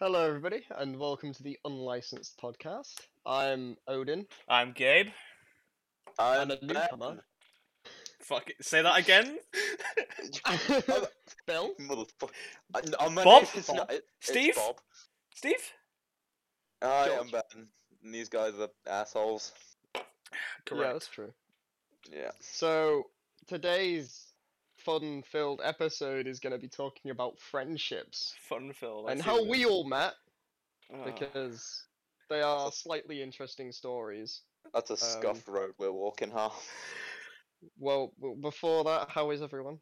Hello, everybody, and welcome to the Unlicensed Podcast. I'm Odin. I'm Gabe. Uh, I'm a newcomer. Fuck it. Say that again. Bill? Motherfucker. I, I, my Bob? name is not, it, Steve? It's Bob. Steve? I George. am Ben. And these guys are assholes. Yeah, that's true. Yeah. So, today's fun filled episode is going to be talking about friendships Fun filled. I and see how that. we all met Ah. because they are slightly interesting stories. That's a Um, scuffed road we're walking, huh? Well, w- before that, how is everyone?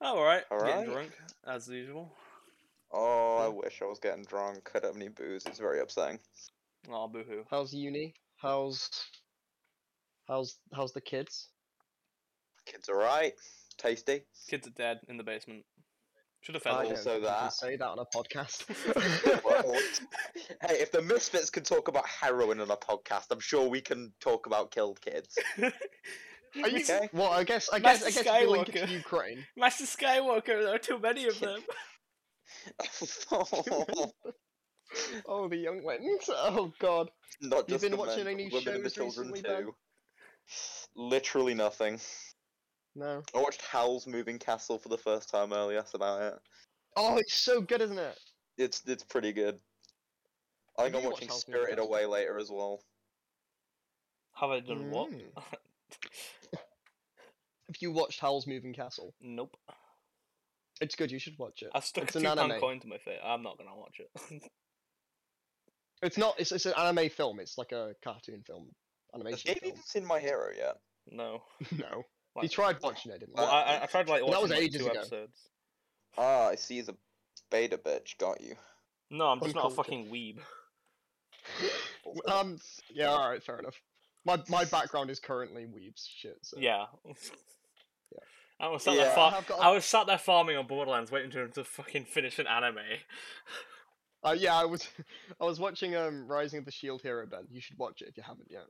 Oh, alright. All Getting right. drunk, as usual. Oh, I Yeah. wish I was getting drunk. I don't have any booze. It's very upsetting. Aw, boo hoo. How's uni? How's how's how's the kids? Kids are right. Tasty. Kids are dead in the basement. Should have I fed don't think them. also you can that. say that on a Well, podcast. hey, if the misfits can talk about heroin on a podcast, I'm sure we can talk about killed kids. Are you, Okay. Well, I guess I guess I Master guess if you link it Skywalker. to Ukraine. Master Skywalker, there are too many of them. Oh, the young ones. Oh God. You've Not just been the watching men, any women and the shows children recently, Ben? too. Literally nothing. No. I watched Howl's Moving Castle for the first time earlier. That's about it. Oh, it's so good, isn't it? It's it's pretty good. I Have think I'm you watched watching Howl's Moving Spirited Castle? Away later as well. Have I done what? Mm. Have you watched Howl's Moving Castle? Nope. It's good. You should watch it. I stuck It's a an two pound anime. coin to my face. I'm not gonna watch it. It's not. It's, it's an anime film. It's like a cartoon film, Has animation Gabe even seen My Hero yet? no. film. No. He Like, tried watching it, didn't well, he? I, I- I tried like That was watching like, ages two ago. episodes. Ah, I see. He's a beta bitch. Got you. No, I'm just not a Uncultured. fucking weeb. W- Um. Yeah. All right. Fair enough. My my background is currently weebs shit. So. Yeah. I was sat Yeah. there I far- have got a- I was sat there farming on Borderlands, waiting for him to fucking finish an anime. Uh, yeah, I was I was watching um Rising of the Shield Hero, Ben. You should watch it if you haven't yet.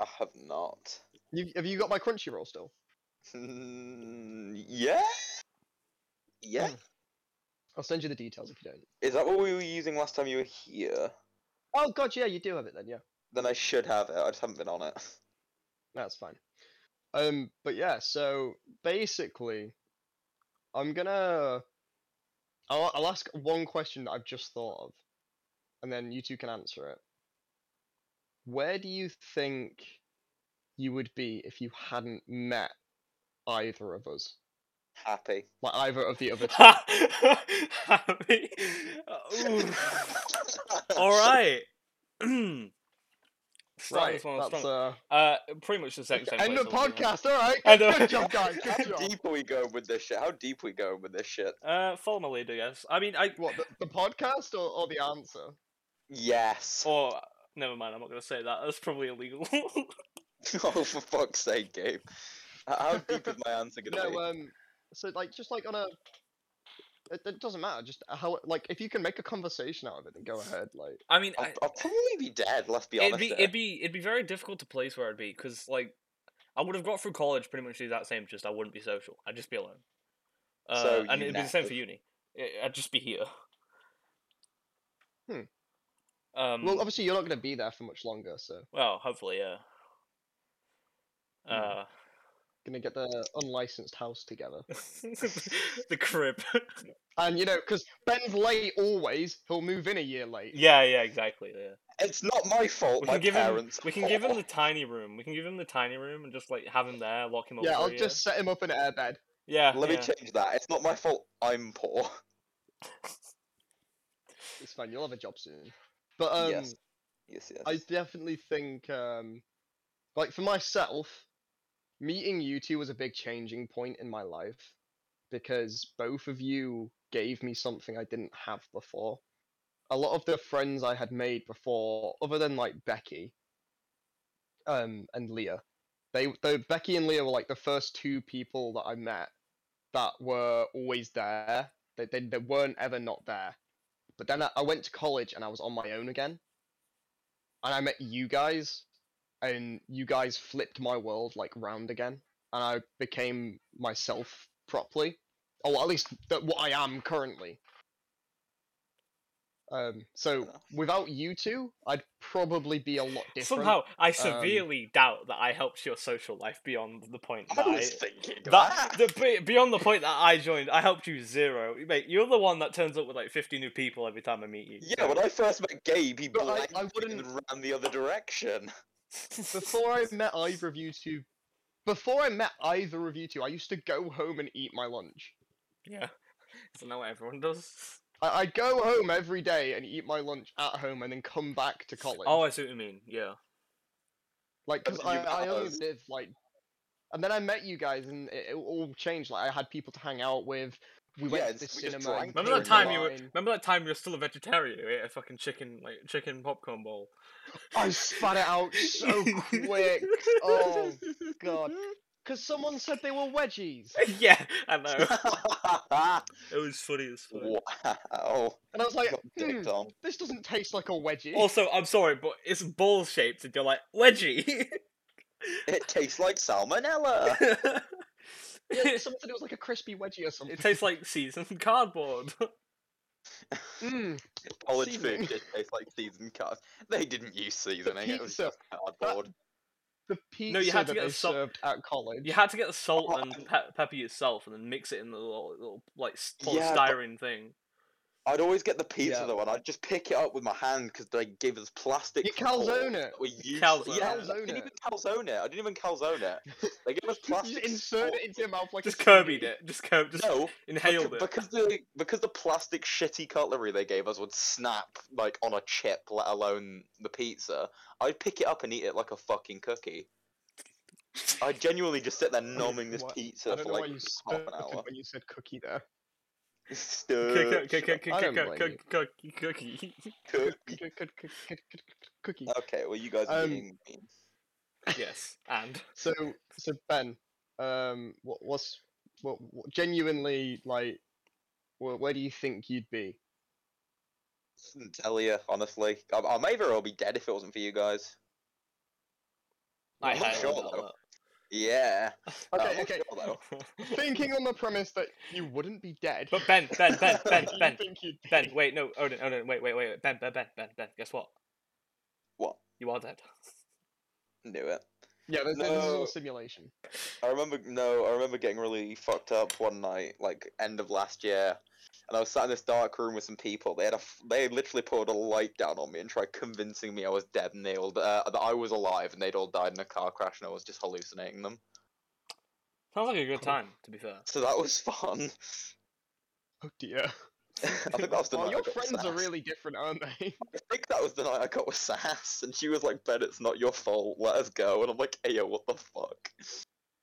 I have not. You, have you got my Crunchyroll still? Mm, yeah. Hmm. Yeah. I'll send you the details if you don't. Is that what we were using last time you were here? Oh god, yeah, you do have it then. Yeah, Then I should have it. I just haven't been on it. that's fine. Um, but yeah, so basically, I'm gonna I'll, I'll ask one question that I've just thought of, and then you two can answer it. Where do you think you would be if you hadn't met either of us, Happy. like either of the other two? Happy. Oof. All right. Starting right, this one that's strong. uh. Uh, pretty much the same. same End place the I was in. podcast. All right. I know. Good job, guys. How Good job. deep are we going with this shit? How deep are we going with this shit? Uh, follow my lead, I guess. I mean, I What the, the podcast or, or the answer? Yes. Oh, or never mind. I'm not gonna say that. That's probably illegal. Oh, for fuck's sake, Gabe. H- How deep is my answer gonna be? No. uh, Um. So like, just like on a. It, it doesn't matter. Just how like if you can make a conversation out of it, then go ahead. Like. I mean, I'll, I, I'll probably be dead. Let's be honest. it'd be here. it'd be it'd be very difficult to place where I'd be because like I would have got through college pretty much the exact same. Just I wouldn't be social. I'd just be alone. Uh, So and you it'd be the same for knack- uni. I- I'd just be here. Hmm. Hmm. Um, Well, obviously you're not going to be there for much longer, so Well, hopefully, yeah. Hmm. Uh, gonna get the unlicensed house together. the crib. And you know, because Ben's late always, he'll move in a year late. yeah, yeah, exactly. Yeah. It's not my fault. We My can give him. parents. We can give him the tiny room. We can give him the tiny room and just like have him there, lock him up. Yeah, for a I'll year. just set him up in an airbed. Yeah. Let me yeah. change that. It's not my fault. I'm poor. It's fine. You'll have a job soon. But um, yes. Yes. Yes. I definitely think, um, like for myself, meeting you two was a big changing point in my life because both of you gave me something I didn't have before. A lot of the friends I had made before, other than like Becky, um, and Leah, they though Becky and Leah were like the first two people that I met that were always there. They they, they weren't ever not there. But then I, I went to college and I was on my own again and I met you guys, and you guys flipped my world like round again, and I became myself Oh, properly, or at least that what I am currently. Um, so enough. without you two, I'd probably be a lot different. Somehow, um, I severely doubt that I helped your social life beyond the point I that I, was thinking that, that. the, be- beyond the point that I joined. I helped you zero, mate. You're the one that turns up with like 50 new people every time I meet you. Yeah, when I first met Gabe, he But I- I blinded me and wouldn't- ran the other direction. Before I met either of you two, before I met either of you two, I used to go home and eat my lunch. yeah, isn't that what everyone does? I- I'd go home every day and eat my lunch at home, and then come back to college. Oh, I see what you mean. Yeah. Like, because But I, you met I only us. live like, and then I met you guys, and it, it all changed. Like, I had people to hang out with. We went Yeah, to the it's- we just cinema. drank and Remember that drank time you were. wine. Remember that time you were still a vegetarian. You ate a fucking chicken, like chicken popcorn bowl. I spat it out so quick. Oh, God. Because someone said they were wedgies, yeah, I know. wow. It was funny as fuck. and I was like, Got hmm, dicked on. "This doesn't taste like a wedgie." Also, I'm sorry, but it's ball shaped, and you're like wedgie. It tastes like salmonella. yeah, someone said it was like a crispy wedgie or something. it tastes like seasoned cardboard. Mm, College Seasoning. food just tastes like seasoned carbs. They didn't use seasoning. It was pizza. just cardboard. the pizza you had that to get they a sub- served at college. you had to get the salt Oh, and and- pe- pepper yourself, and then mix it in the little, little like s- Yeah, but- polystyrene thing. I'd always get the pizza Yeah. though, and I'd just pick it up with my hand because they gave us plastic. You forks calzone it. that were useless. calzone Yeah, it. I didn't even Calzone calzone it. I didn't even calzone it. They gave us You plastic. just insert it forks. into your mouth like a Just Kirby'd CD. it. Just Kirby. Just No, inhaled Becau- it. Because the because the plastic shitty cutlery they gave us would snap like on a chip, let alone the pizza. I'd pick it up and eat it like a fucking cookie. I genuinely just sit there numbing this why- I pizza for don't know why like you half spit an hour. when you said cookie there. Cook- Stir- cook- cook- I cook- don't cook- blame you. cook- cook- Cookie. cookie. Cook- cook- cook- cook- cook- Cookie. Uh, Okay, well you guys are Um, being mean. Yes, and So, so Ben, um, what, what's what, what genuinely like? Where, where do you think you'd be? Couldn't Tell you honestly, I, I may very well be dead if it wasn't for you guys. I I'm not highly sure, doubt though. Yeah. Okay, Um, I'm not okay. sure, though. that. Thinking on the premise that you wouldn't be dead. But Ben, Ben, Ben, Ben, you Ben, think you'd be. Ben, wait, no, Odin, Odin, wait, wait, wait, wait, Ben, Ben, Ben, Ben, Ben, guess what? What? You are dead. Knew it. Yeah, this, this is all No. a simulation. I remember no, I remember getting really fucked up one night, like end of last year, and I was sat in this dark room with some people. They had a, f- they literally poured a light down on me and tried convincing me I was dead and they all, uh, that I was alive and they'd all died in a car crash and I was just hallucinating them. Sounds like a good Cool. time, to be fair. So that was fun. Oh dear. I think that was the Well, night your I got with friends are Sass. really different, aren't they? I think that was the night I got with Sass, and she was like, "Ben, it's not your fault. Let us go." And I'm like, "Ayo, what the fuck?"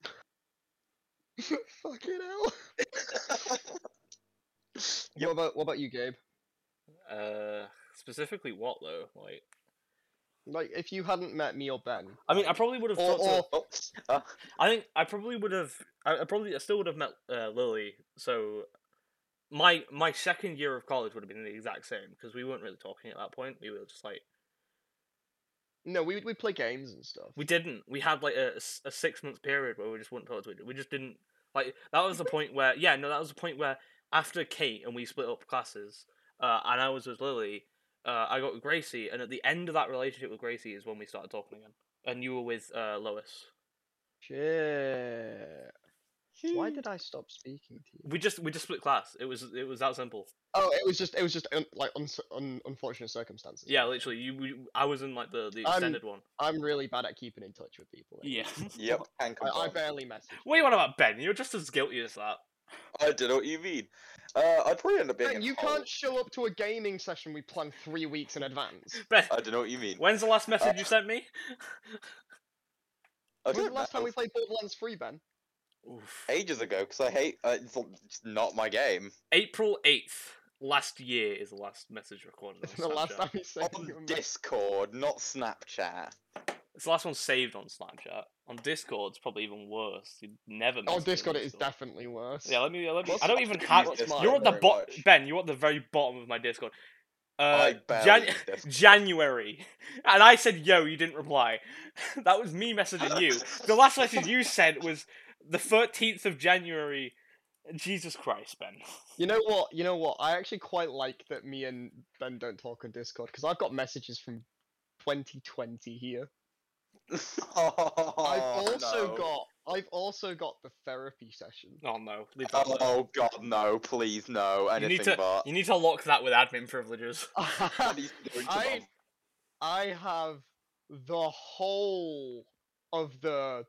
Fucking hell. Yep. What about what about you, Gabe? Uh, specifically what though? Like, Like, if you hadn't met me or Ben, I mean, I probably would have. or, thought to- or Oh, uh, I think I probably would have. I, I probably I still would have met uh, Lily. So my my second year of college would have been the exact same because we weren't really talking at that point. We were just like no, we we play games and stuff. we didn't. We had like a, s- a six month period where we just wouldn't talk to each other. We just didn't like that was the point where yeah no that was the point where after Kate and we split up classes uh, and I was with Lily. Uh, I got with Gracie, and at the end of that relationship with Gracie is when we started talking again. And you were with uh, Lois. Shit. Why did I stop speaking to you? We just we just split class. It was it was that simple. Oh, it was just it was just un, like uns un, unfortunate circumstances. Yeah, literally. You, we- I was in like the, the I'm- extended one. I'm really bad at keeping in touch with people. like, yep. Can I, I confirm. barely message. What do you want about Ben? You're just as guilty as that. I don't know what you mean. Uh, I'd probably end up being. Ben, in you Hull. can't show up to a gaming session we plan three weeks in advance. Ben, I don't know what you mean. when's the last message you sent me? I When was don't the last know. time we played Borderlands 3, Ben? Oof. Ages ago, because I hate. Uh, it's l- it's not my game. April 8th last year is the last message recorded. On It's the last Snapchat. time we said On Discord, not Snapchat. It's the last one saved on Snapchat. On Discord, it's probably even worse. You never. On message me Oh, Discord, it is still. definitely worse. Yeah, let me. Let me. What's I don't up even with have. what's Discord mine? You're at the very bottom, much? Ben. You're at the very bottom of my Discord. Uh, I barely Jan- use Discord. January, and I said yo. You didn't reply. that was me messaging you. The last message you sent was the thirteenth of January, Jesus Christ, Ben. You know what? You know what? I actually quite like that me and Ben don't talk on Discord because I've got messages from 2020 here. I've also Oh, no. got I've also got the therapy session. Oh no, leave that. Oh, alone. oh god, no! Please, no! you Anything need to but. you need to lock that with admin privileges. What he's doing to I- them. I have the whole of the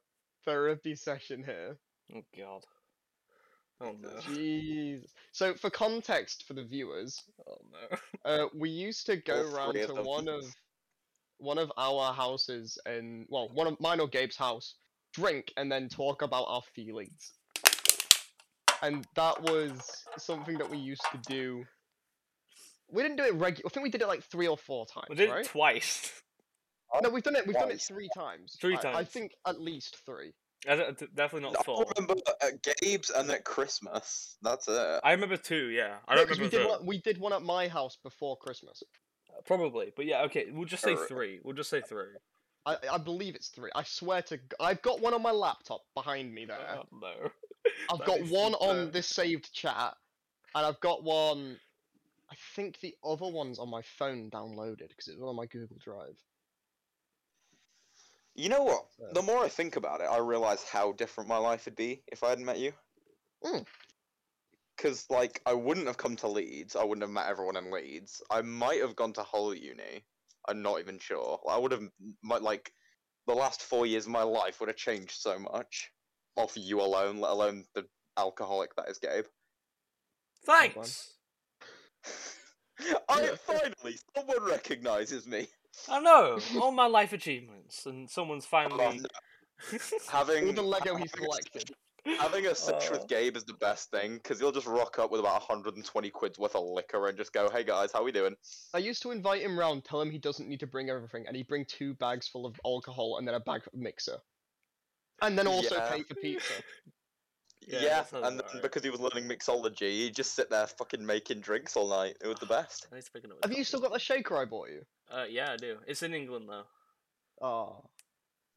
therapy session here. Oh god. Oh no. Jeez. So for context for the viewers, Oh no. Uh, we used to go All round three of to them. one of one of our houses and well, one of mine or Gabe's house, drink and then talk about our feelings. And that was something that we used to do. We didn't do it regular. I think we did it like three or four times, We did right? it twice. no, we've done it. We've done it twice. three times. Three I- I times. think at least three. I don't- definitely I not four. remember at Gabe's and at Christmas. That's it. I remember two. Yeah, I No, don't 'cause we remember did the- one. We did one at my house before Christmas. probably, but yeah. Okay, we'll just say Alright. three. We'll just say three. I, I believe it's three. I swear to. g- I've got one on my laptop behind me there. Oh no. I've That got makes one sense, on uh, this saved chat, and I've got one. I think the other one's on my phone downloaded because it's on my Google Drive. You know what? Yeah. The more I think about it, I realize how different my life would be if I hadn't met you. Mm. Because, like, I wouldn't have come to Leeds. I wouldn't have met everyone in Leeds. I might have gone to Hull Uni. I'm not even sure. I would have, my, like, the last four years of my life would have changed so much. Off you alone, let alone the alcoholic that is Gabe. Thanks. I finally, someone recognizes me. I know all my life achievements, and someone's finally. Having All the Lego he's having a- collected. Having a sesh Oh. with Gabe is the best thing because he'll just rock up with about 120 quid's worth of liquor and just go, "Hey guys, how we doing?" I used to invite him round, tell him he doesn't need to bring everything, and he'd bring two bags full of alcohol and then a bag of mixer, and then also Yeah. pay for pizza. Yeah, Yeah, that sounds and then about right. because he was learning mixology, he'd just sit there fucking making drinks all night. It was the best. I need to pick another Have you still got the copy. shaker I bought you? Uh, yeah, I do. It's in England though. Ah,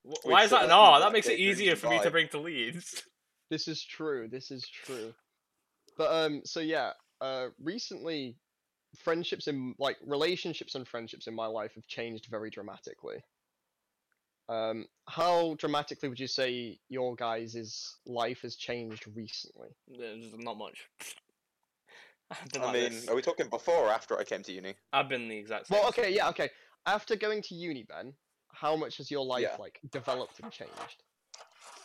Wh- We Why is should that an let you R? do That that makes it bit during easier for me to Dubai. bring to Leeds. this is true. This is true. But um, so yeah, uh, recently, friendships in like relationships and friendships in my life have changed very dramatically. Um, how dramatically would you say your guys' life has changed recently? There's not much. I've been I like mean, this. are we talking before or after I came to uni? I've been the exact same. Well, okay, yeah, okay. After going to uni, Ben, how much has your life Yeah. like developed and changed?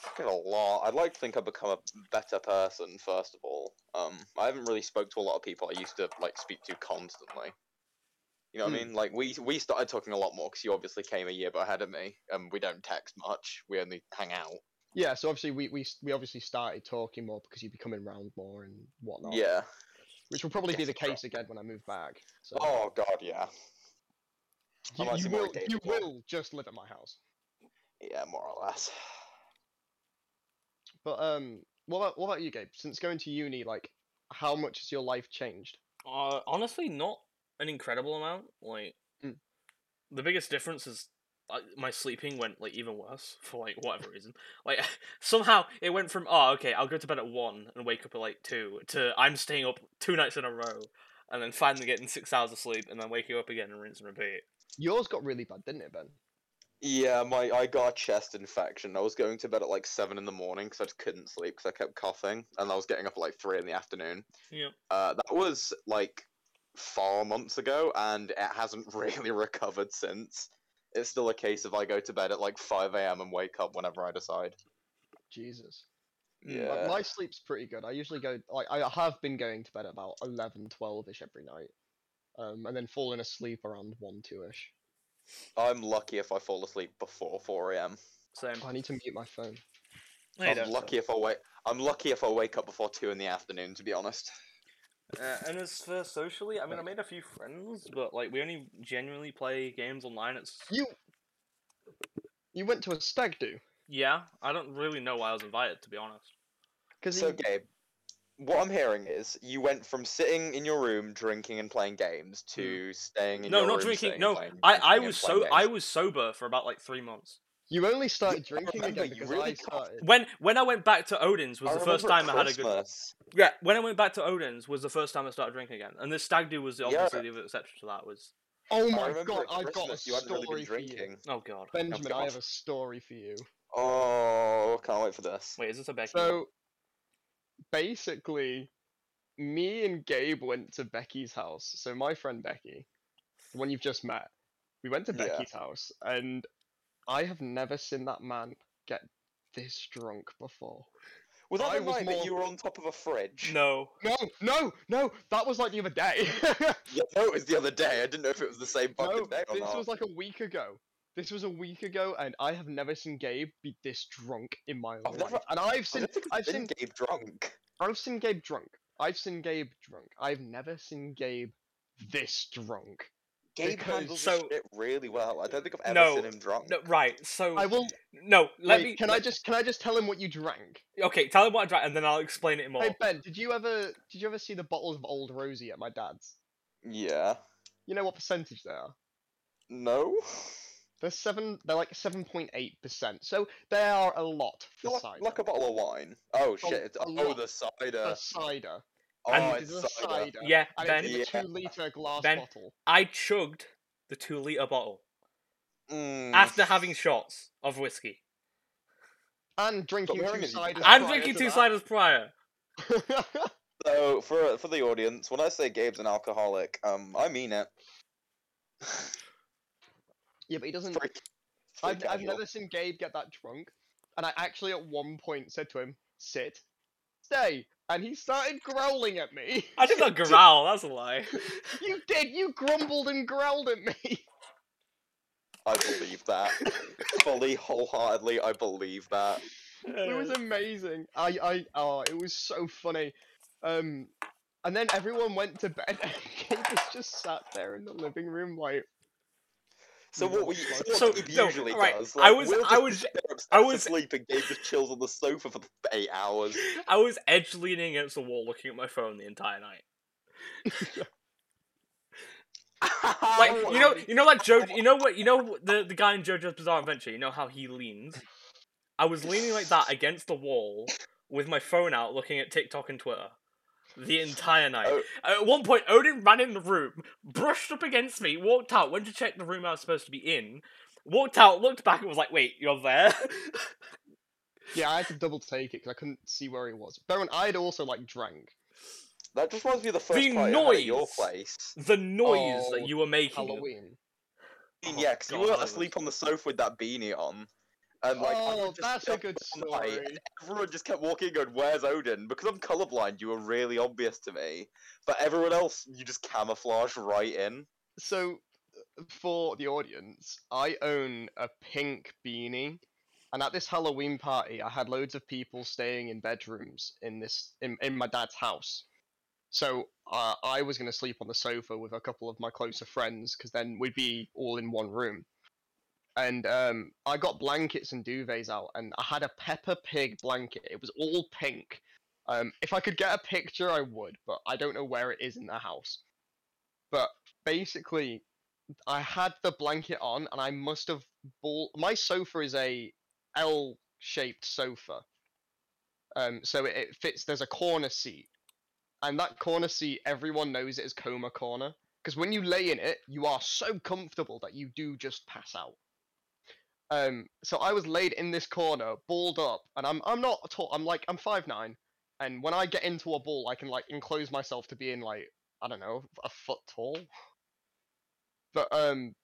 Fucking a lot. I'd like to think I've become a better person. First of all, um, I haven't really spoke to a lot of people I used to like speak to constantly. You know what Hmm. I mean? Like we we started talking a lot more because you obviously came a year ahead of me, and we don't text much. We only hang out. Yeah, so obviously we we s- we obviously started talking more because you're becoming round more and whatnot. Yeah. Which will probably be Yes, the bro. case again when I move back. So Oh god, yeah. you, I'm actually you more will engaged you as well. will just live at my house. Yeah, more or less. But um, what about what about you, Gabe? Since going to uni, like, how much has your life changed? Uh, honestly, not an incredible amount. Like, Mm. the biggest difference is uh, my sleeping went like even worse for like whatever reason. Like somehow it went from oh okay I'll go to bed at one and wake up at like two to I'm staying up two nights in a row and then finally getting six hours of sleep and then waking up again and rinse and repeat. Yours got really bad, didn't it, Ben? Yeah, my I got a chest infection. I was going to bed at like seven in the morning because I just couldn't sleep because I kept coughing, and I was getting up at like three in the afternoon. Yep. Uh, that was like four months ago, and it hasn't really recovered since. It's still a case of I go to bed at like five a.m. and wake up whenever I decide. Jesus. Mm, Like, Yeah. my sleep's pretty good. I usually go like I have been going to bed about 11, 12 ish every night, um, and then falling asleep around one, two ish. I'm lucky if I fall asleep before four a.m. Same. I need to mute my phone. No, you I'm don't. lucky if I wait. I'm lucky if I wake up before two in the afternoon. To be honest. Uh, and as for socially, I mean, I made a few friends, but like we only genuinely play games online. It's You. You went to a stag do yeah, I don't really know why I was invited to be honest. because So, Gabe, what I'm hearing is you went from sitting in your room drinking and playing games to staying in Hmm. no, your not room. drinking. sitting, No, playing- I, I drinking and was playing so I games. was sober for about like three months. You only started I drinking remember again you because really I coughed. started. When when I went back to Odin's was the first time I had a good Yeah, when I went back to Odin's was the first time I started drinking again, and the stag do was the- Yeah. obviously the exception to that. Was Oh I my remember god, at I've got a Christmas you had story really good for you. drinking. oh god, Benjamin, I God. have a story for you. Oh, can't wait for this. wait, is this a Becky? one? So basically, me and Gabe went to Becky's house. So my friend Becky, the one you've just met, we went to Yeah. Becky's house, and I have never seen that man get this drunk before. Was that I the was night more- that you were on top of a fridge? No, No, no, no! That was like the other day. Yeah, no, it was the other day. I didn't know if it was the same fucking no, day or this not. was like a week ago. This was a week ago, and I have never seen Gabe be this drunk in my I've life. never- And I've I seen, don't think I've I've seen, been Gabe drunk. I've seen Gabe drunk. I've seen Gabe drunk. I've never seen Gabe this drunk. Gabe Because- handles so- so, shit really well. I don't think I've ever No, seen him drunk. no, right. So I will. no, Oh, let wait, me. can I let- just can I just tell him what you drank? Okay, tell him what I drank, and then I'll explain it more. Hey Ben, did you ever did you ever see the bottles of Old Rosie at my dad's? Yeah. You know what percentage they are? No. They're seven. They're like seven point eight percent. So they are a lot for Like, cider. like a bottle of wine. Oh shit! It's, a oh, lot. the For cider. cider. Oh, And- It it's is a cider. cider. yeah, And Ben, it's in a two liter glass Ben, bottle. I chugged the two liter bottle Mm. after having shots of whiskey And drinking we're two gonna- ciders. I'm and prior drinking to two that. ciders prior. So for for the audience, when I say Gabe's an alcoholic, um, I mean it. yeah, but he doesn't. Freak- Hmm. I've, freak I've casual. never seen Gabe get that drunk. And I actually at one point said to him, sit, stay. And he started growling at me. I did not growl. That's a lie. you did. You grumbled and growled at me. I believe that fully, wholeheartedly. I believe that. It was amazing. I, I, oh, it was so funny. Um, and then everyone went to bed. and Gabe was just sat there in the living room, like, So what we Yeah. so what So, Gabe no, usually alright, does? I like, was- we'll I just was- sit there I upstairs was- asleep, and Gabe just chills on the sofa for eight hours. I was edge leaning against the wall, looking at my phone the entire night. like Oh, you know, you know that Joe, you know what, you know what- the the guy in JoJo's Bizarre Adventure. You know how he leans. I was leaning like that against the wall with my phone out, looking at TikTok and Twitter the entire night. Oh. At one point, Odin ran in the room, brushed up against me, walked out, went to check the room I was supposed to be in, walked out, looked back, and was like, "Wait, you're there." yeah, I had to double take it because I couldn't see where he was. Bear in mind, I had also, like, drank. that just reminds me of the first The party I had at your noise. place. the noise Oh, that you were making. Halloween. Oh, yeah, because you God, were that was- asleep on the sofa with that beanie on, and like I oh, would just that's stay a up good all night, story. everyone just kept walking and going, Where's Odin? Because I'm colorblind, you were really obvious to me. But everyone else, you just camouflage right in. So, for the audience, I own a pink beanie, and at this Halloween party, I had loads of people staying in bedrooms in this in, in my dad's house. So uh, I was going to sleep on the sofa with a couple of my closer friends because then we'd be all in one room. And um, I got blankets and duvets out, and I had a Peppa Pig blanket. It was all pink. Um, if I could get a picture, I would, but I don't know where it is in the house. But basically, I had the blanket on, and I must have ball. My sofa is a L-shaped sofa, um, so it, it fits. There's a corner seat, and that corner seat, everyone knows it as coma corner, because when you lay in it, you are so comfortable that you do just pass out. Um, so I was laid in this corner, balled up, and I'm I'm not tall. I'm like I'm five nine, and when I get into a ball, I can like enclose myself to being like I don't know a foot tall but um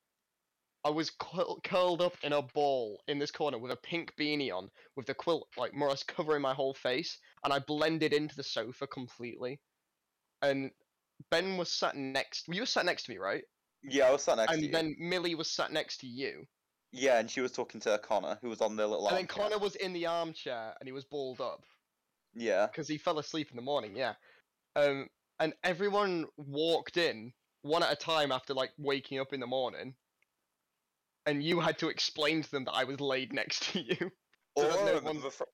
I was cu- curled up in a ball in this corner with a pink beanie on, with the quilt like more or less covering my whole face, and I blended into the sofa completely. And Ben was sat next. You were sat next to me, right? Yeah, I was sat next to and you. then Millie was sat next to you. Yeah, and she was talking to Connor, who was on the little and then armchair. Connor was in the armchair, and he was balled up. Yeah. because he fell asleep in the morning. Yeah, um, and everyone walked in one at a time after like waking up in the morning, and you had to explain to them that I was laid next to you. So that All, I no one- remember from...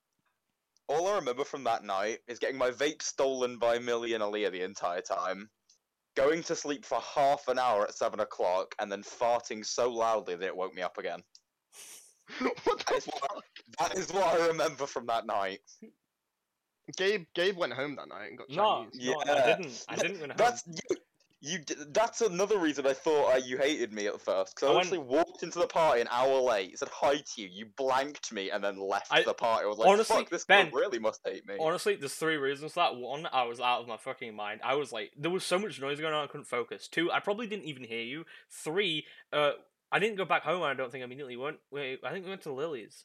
All I remember from that night is getting my vape stolen by Millie and Aaliyah the entire time, going to sleep for half an hour at seven o'clock, and then farting so loudly that it woke me up again. what That the is what- fuck? That is what I remember from that night. Gabe Gabe went home that night and got No, Chinese. no, I Yeah. didn't. I Th- didn't win a That's you. you d- that's another reason I thought uh, you hated me at first because I I, went- actually walked into the party an hour late, said hi to you, you blanked me, and then left I- the party. I was like, honestly, "Fuck, this Ben, girl really must hate me." Honestly, there's three reasons for that. One, I was out of my fucking mind. I was like, there was so much noise going on, I couldn't focus. Two, I probably didn't even hear you. Three, uh, I didn't go back home. I don't think I immediately went. Wait, I think we went to Lily's.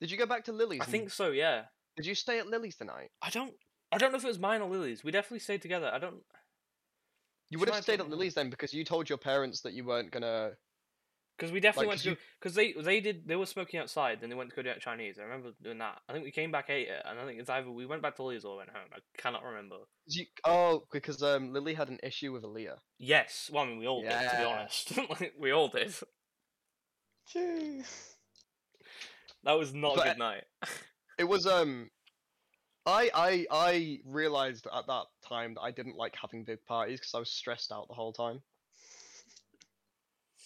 Did you go back to Lily's? I and- Mm-hmm. think so. Yeah. Did you stay at Lily's tonight? I don't. I don't know if it was mine or Lily's. We definitely stayed together. I don't. You She would might have have stayed told at me. Lily's then because you told your parents that you weren't gonna. Because we Like, definitely went 'cause to you- because they they did they were smoking outside. Then they went to go do Chinese. I remember doing that. I think we came back ate it, and I think it's either we went back to Lily's or went home. I cannot remember. 'Cause You... Oh, because um, Lily had an issue with Aaliyah. Yes, well I mean we all did to be Yeah. honest. like, we all did. Jeez. That was not But- a good night. It was um, I I I realized at that time that I didn't like having big parties because I was stressed out the whole time.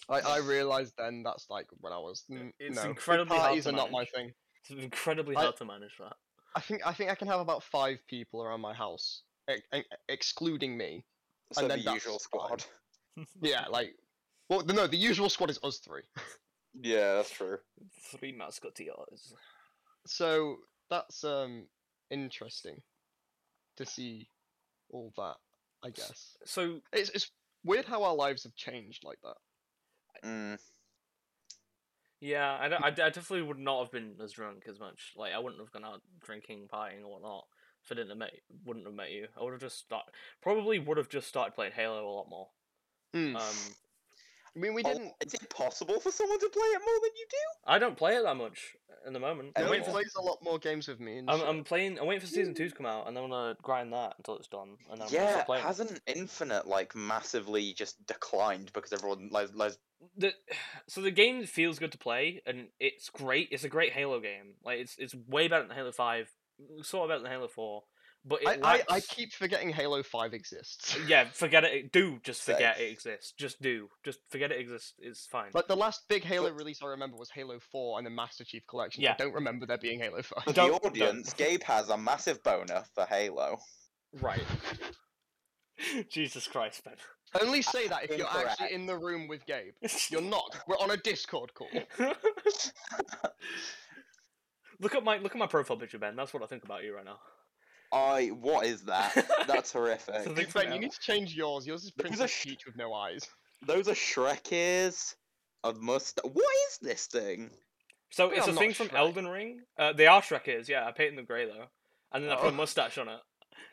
I I realized then that's like when I was. "N- it's no, big incredibly hard parties to are not my manage." thing. It's incredibly I- hard to manage that. I think I think I can have about five people around my house, e- e- excluding me. So And the then that's usual fine. squad. Yeah, like, well, no, the usual squad is us three. Yeah, that's true. Three mascoteers. So that's um interesting to see all that. I guess So it's it's weird how our lives have changed like that. Mm. yeah, I, don't, I, d- I definitely would not have been as drunk as much. Like I wouldn't have gone out drinking, partying, or whatnot. If I didn't have met, wouldn't have met you. I would have just start, probably would have just started playing Halo a lot more. Hmm. Mm. Um, I mean, we Oh, didn't. It's impossible for someone to play it more than you do. I don't play it that much in the moment. I I'm No mean, one waiting, it's- for, plays a lot more games with me. And I'm, shit. I'm playing. I'm waiting for season two to come out, and then I'm gonna grind that until it's done. And then I'm gonna yeah, stop playing. it. hasn't Infinite like massively just declined because everyone like, like the so the game feels good to play and it's great. It's a great Halo game. Like it's it's way better than Halo Five, sort of better than Halo Four, but it I, I, lacks... I keep forgetting Halo Five exists. yeah forget it. Do just forget it Safe. exists. Just do. Just forget it exists. It's fine. Like the last big Halo But- release I remember was Halo Four and the Master Chief Collection. Yeah. I don't remember there being Halo Five. for the Don't- don't. audience, Gabe has a massive boner for Halo. Right. Jesus Christ, Ben. Only say that if you're Incorrect. actually in the room with Gabe. You're not. We're on a Discord call. look at my look at my profile picture, Ben. That's what I think about you right now. I what is Ah, that? That's horrific. So they- Ben, now. you need to change yours. Yours is Those are Princess sh- Peach with no eyes. Those are Shrek ears. A must. What is this thing? So They it's are a not thing from Shrek. Elden Ring. Uh, they are Shrekers, yeah. I painted them grey though, and then I put Oh. a mustache on it.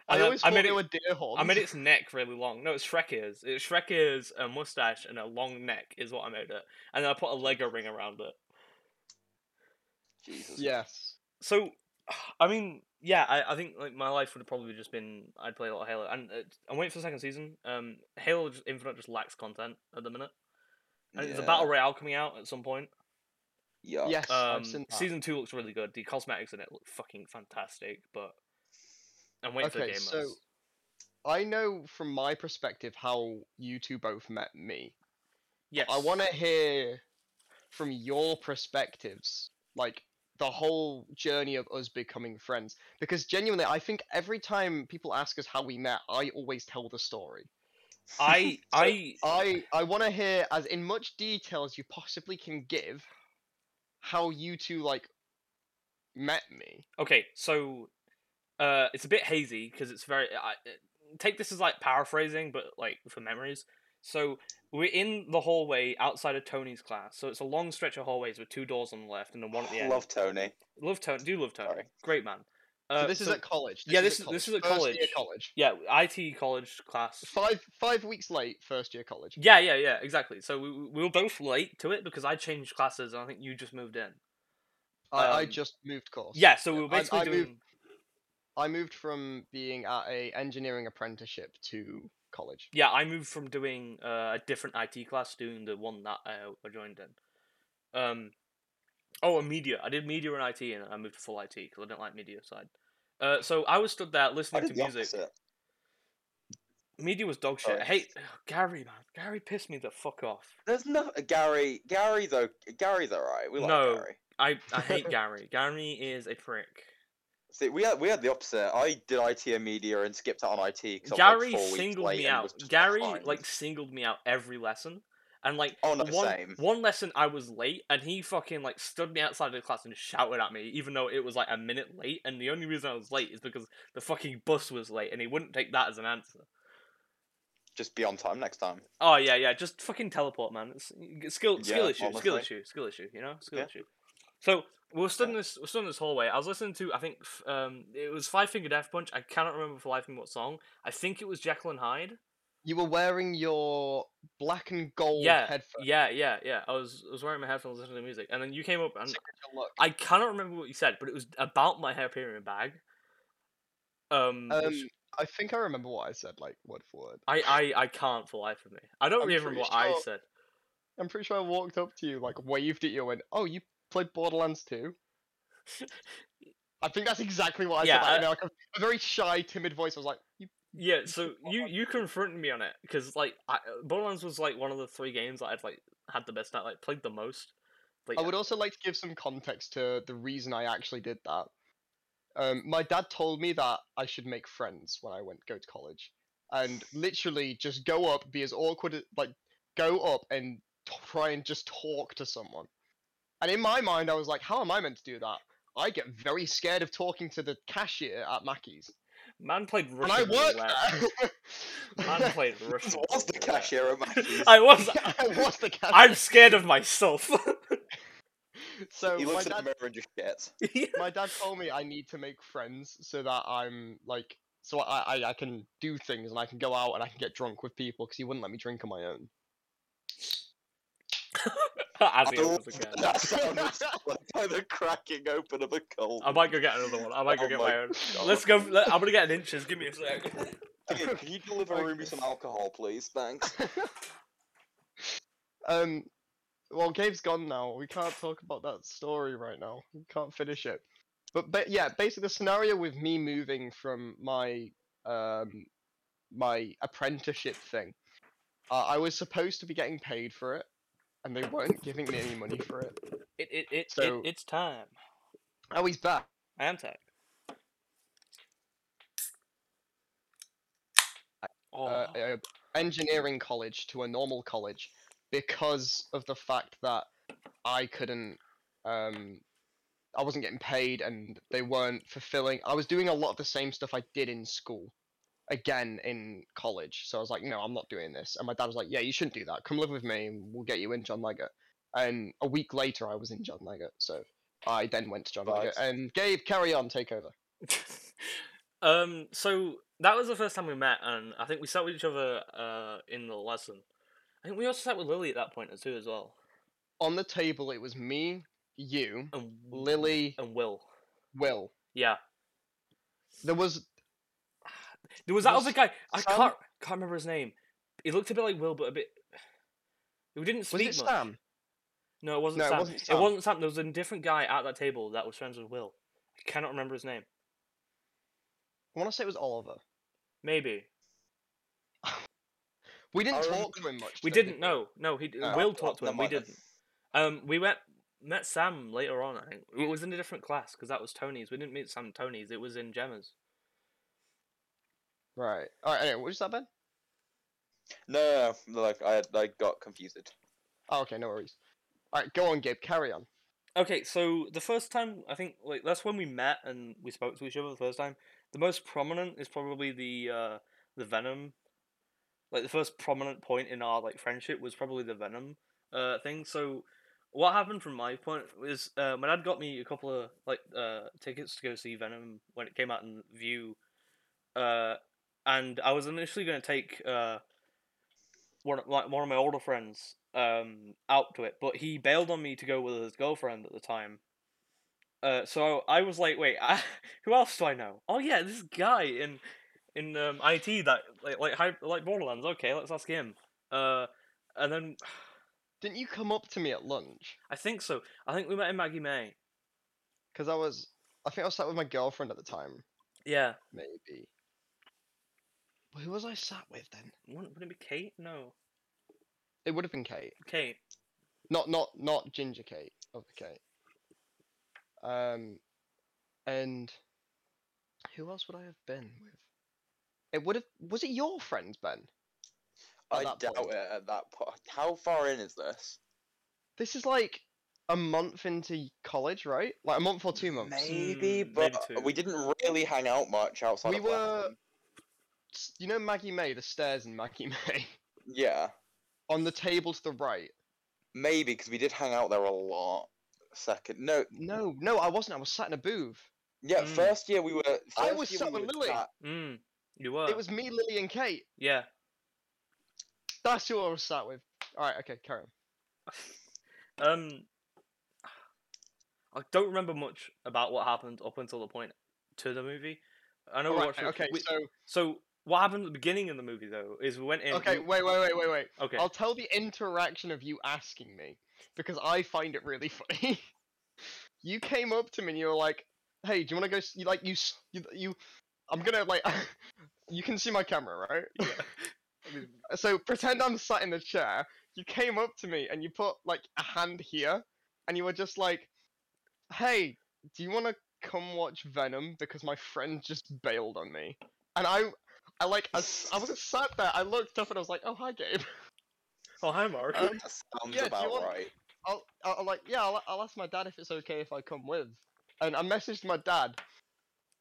I And then always I thought made they it. were deer horns. I made its neck really long. No, it's Shrek ears. It's Shrek ears, a mustache, and a long neck is what I made it. And then I put a Lego ring around it. Jesus. Yes. So, I mean, yeah, I, I think like my life would have probably just been I'd play a lot of Halo, and uh, I'm waiting for the second season. Um, Halo just, Infinite just lacks content at the minute, and there's a Yeah. battle royale coming out at some point. Yuck. Yes. Um, I've seen that. season two looks really good. The cosmetics in it look fucking fantastic, but I'm waiting for the Okay, game. so- modes. I know from my perspective how you two both met me. yes, I want to hear from your perspectives, like the whole journey of us becoming friends. Because genuinely, I think every time people ask us how we met, I always tell the story. I So, I I I want to hear as in much detail as you possibly can give how you two like met me. okay. So, uh, it's a bit hazy because it's very. I, uh, take this as like paraphrasing, but like for memories. So we're in the hallway outside of Tony's class. So it's a long stretch of hallways with two doors on the left and then one at the end. Love Tony. love Tony. Do love Tony. Sorry. Great man. Uh, so this is at college. yeah, this is- college, this is at first college. Year college. yeah, IT college class. Five five weeks late, first year college. Yeah, yeah, yeah, exactly. So we, we were both late to it because I changed classes and I think you just moved in. I, I um, just moved course. Yeah, so we were I- basically I doing. moved- I moved from being at a engineering apprenticeship to college. Yeah, I moved from doing uh, a different IT class to doing the one that I I joined in. Um, oh, and media. I did media and IT, and I moved to full IT because I didn't like media side. Uh, so I was stood there I listening did to the music. opposite. Media was dog shit. Sorry. I hate Gary, man. Gary pissed me the fuck off. There's no Gary. Gary's okay. Gary's alright. We like No. Gary. I I hate Gary. Gary is a prick. See, we had we had the opposite. I did IT and media and skipped out on IT. because I was, Gary like, four weeks singled late me and out. was just Gary behind. like singled me out every lesson, and like Oh, no, one same. one lesson I was late, and he fucking like stood me outside of the class and shouted at me, even though it was like a minute late. And the only reason I was late is because the fucking bus was late, and he wouldn't take that as an answer. just be on time next time. Oh yeah, yeah. Just fucking teleport, man. It's, skill, skill Yeah, issue, skill honestly. issue, skill issue. You know, skill Yeah. issue. So we were stood in this, we were stood in this hallway. I was listening to, I think, f- um, it was Five Finger Death Punch. I cannot remember for life me what song. I think it was Jekyll and Hyde. You were wearing your black and gold Yeah, headphones. Yeah, yeah, yeah. I was, I was wearing my headphones, listening to music, and then you came up, and signature look. I cannot remember what you said, but it was about my hair pyramid bag. Um, which Um, I think I remember what I said, like word for word. I, I, I can't for life of me. I don't I'm really remember pretty what I sure- said. I'm pretty sure I walked up to you, like waved at you, and went, "Oh, you played Borderlands 2? I think that's exactly what I Yeah, said. Like, I- in, like, a, a very shy, timid voice. I was like, "You Yeah, so you you confronted me on it because like I, uh, Borderlands was like one of the three games that I'd like had the best at, like played the most. Like, I would also like to give some context to the reason I actually did that. Um, my dad told me that I should make friends when I went go to college, and literally just go up, be as awkward, a- like go up and t- try and just talk to someone. And in my mind, I was like, how am I meant to do that? I get very scared of talking to the cashier at Mackey's, man played and Russian I worked roulette. Man there. played Russian. What's the roulette. cashier at Mackey's? I was. I was the cashier. I'm scared of myself. So he my looks at dad the mirror and just shits. my dad told me I need to make friends so that I'm like so I, I I can do things and I can go out and I can get drunk with people because he wouldn't let me drink on my own. As I he opens the love can. that sound was like the cracking open of a cold. I might go get another one. I might go Oh get my my own. God. Let's go. Let, I'm gonna get an inches. Give me a sec. Ian, can you deliver Ruby some alcohol, please? Thanks. um, well, Gabe's gone now. We can't talk about that story right now. We can't finish it. But but yeah, basically the scenario with me moving from my um my apprenticeship thing, uh, I was supposed to be getting paid for it, and they weren't giving me any money for it. It, it, it, So- it, it's time. Oh, he's back. I am tired. Oh, uh, uh, engineering college to a normal college because of the fact that I couldn't, um, I wasn't getting paid and they weren't fulfilling. I was doing a lot of the same stuff I did in school again in college. So I was like, no, I'm not doing this. And my dad was like, yeah, you shouldn't do that. Come live with me and we'll get you in John Leggett. And a week later, I was in John Leggett. So I then went to John Leggett. Vibes. And Gabe, carry on, take over. um, so that was the first time we met, and I think we sat with each other uh, in the lesson. I think we also sat with Lily at that point as too, as well, On the table, it was me, you, and Lily, and Will. Will. Yeah, There was there was that Was other guy. I Sam- can't can't remember his name. He looked a bit like Will, but a bit. We didn't was speak it much. Sam? No, it wasn't No, it Sam. wasn't Sam. Sam. There was a different guy at that table that was friends with Will. I cannot remember his name. I want to say it was Oliver. Maybe We didn't I remember- talk to him much. we though, did didn't. No, no. He d- No, Will Well, talked to never him. We mind then. didn't. Um, we went met Sam later on. I think it was in a different class because that was Tony's. We didn't meet Sam at Tony's. It was in Gemma's. Right. All right. Anyway, what was that, Ben? No, no, like I, I got confused. Oh, okay. No worries. All right. Go on, Gabe. Carry on. Okay, so the first time I think like that's when we met and we spoke to each other the first time. The most prominent is probably the uh the Venom. Like the first prominent point in our like friendship was probably the Venom uh thing. So what happened from my point is uh, my dad got me a couple of like uh tickets to go see Venom when it came out in view. Uh and I was initially going to take uh one of, like one of my older friends um out to it, but he bailed on me to go with his girlfriend at the time. Uh, so I was like, wait, I, who else do I know? Oh yeah, this guy in in um, IT that like like hy- like Borderlands. Okay, let's ask him. Uh, and then Didn't you come up to me at lunch? I think so. I think we met in Maggie May. Because I was, I think I was sat with my girlfriend at the time. Yeah, Maybe. Who was I sat with then? wouldn't, wouldn't it be Kate? No, It would have been Kate. Kate. Not, not, not Ginger Kate. Other Kate. Um, and who else would I have been with? It would have. Was it your friends, Ben? At I that doubt point. it at that point. How far in is this? This is like a month into college, right? Like a month or two months. Maybe, Mm, but maybe two. we didn't really hang out much outside. We of were- London. S- You know Maggie May, the stairs in Maggie May, Yeah, on the table to the right. maybe because we did hang out there a lot. Second, no, No, no, I wasn't. I was sat in a booth. yeah, Mm. first year we were. Hmm. I first was year sat we with were Lily. chat- Mm, you were. It was me, Lily, and Kate. Yeah. That's who I was sat with. All right, okay, carry on. Um, I don't remember much about what happened up until the point to the movie. I know we All right, watched. it- okay, we- so so what happened at the beginning of the movie though is we went in. okay, we- wait, wait, wait, wait, wait. okay. I'll tell the interaction of you asking me because I find it really funny. you came up to me and you were like, "Hey, do you want to go?" s- You like you s- you, you I'm gonna like. you can see my camera, right? yeah. I mean, so pretend I'm sat in the chair. You came up to me and you put like a hand here, and you were just like, "Hey, do you want to come watch Venom? Because my friend just bailed on me." And I, I like, I, s- I was sat there. I looked up and I was like, "Oh hi, Gabe." oh hi Mark. Um, that sounds yeah, do you about want- right. I'll, I'll I'm like, yeah, I'll, I'll ask my dad if it's okay if I come with. And I messaged my dad,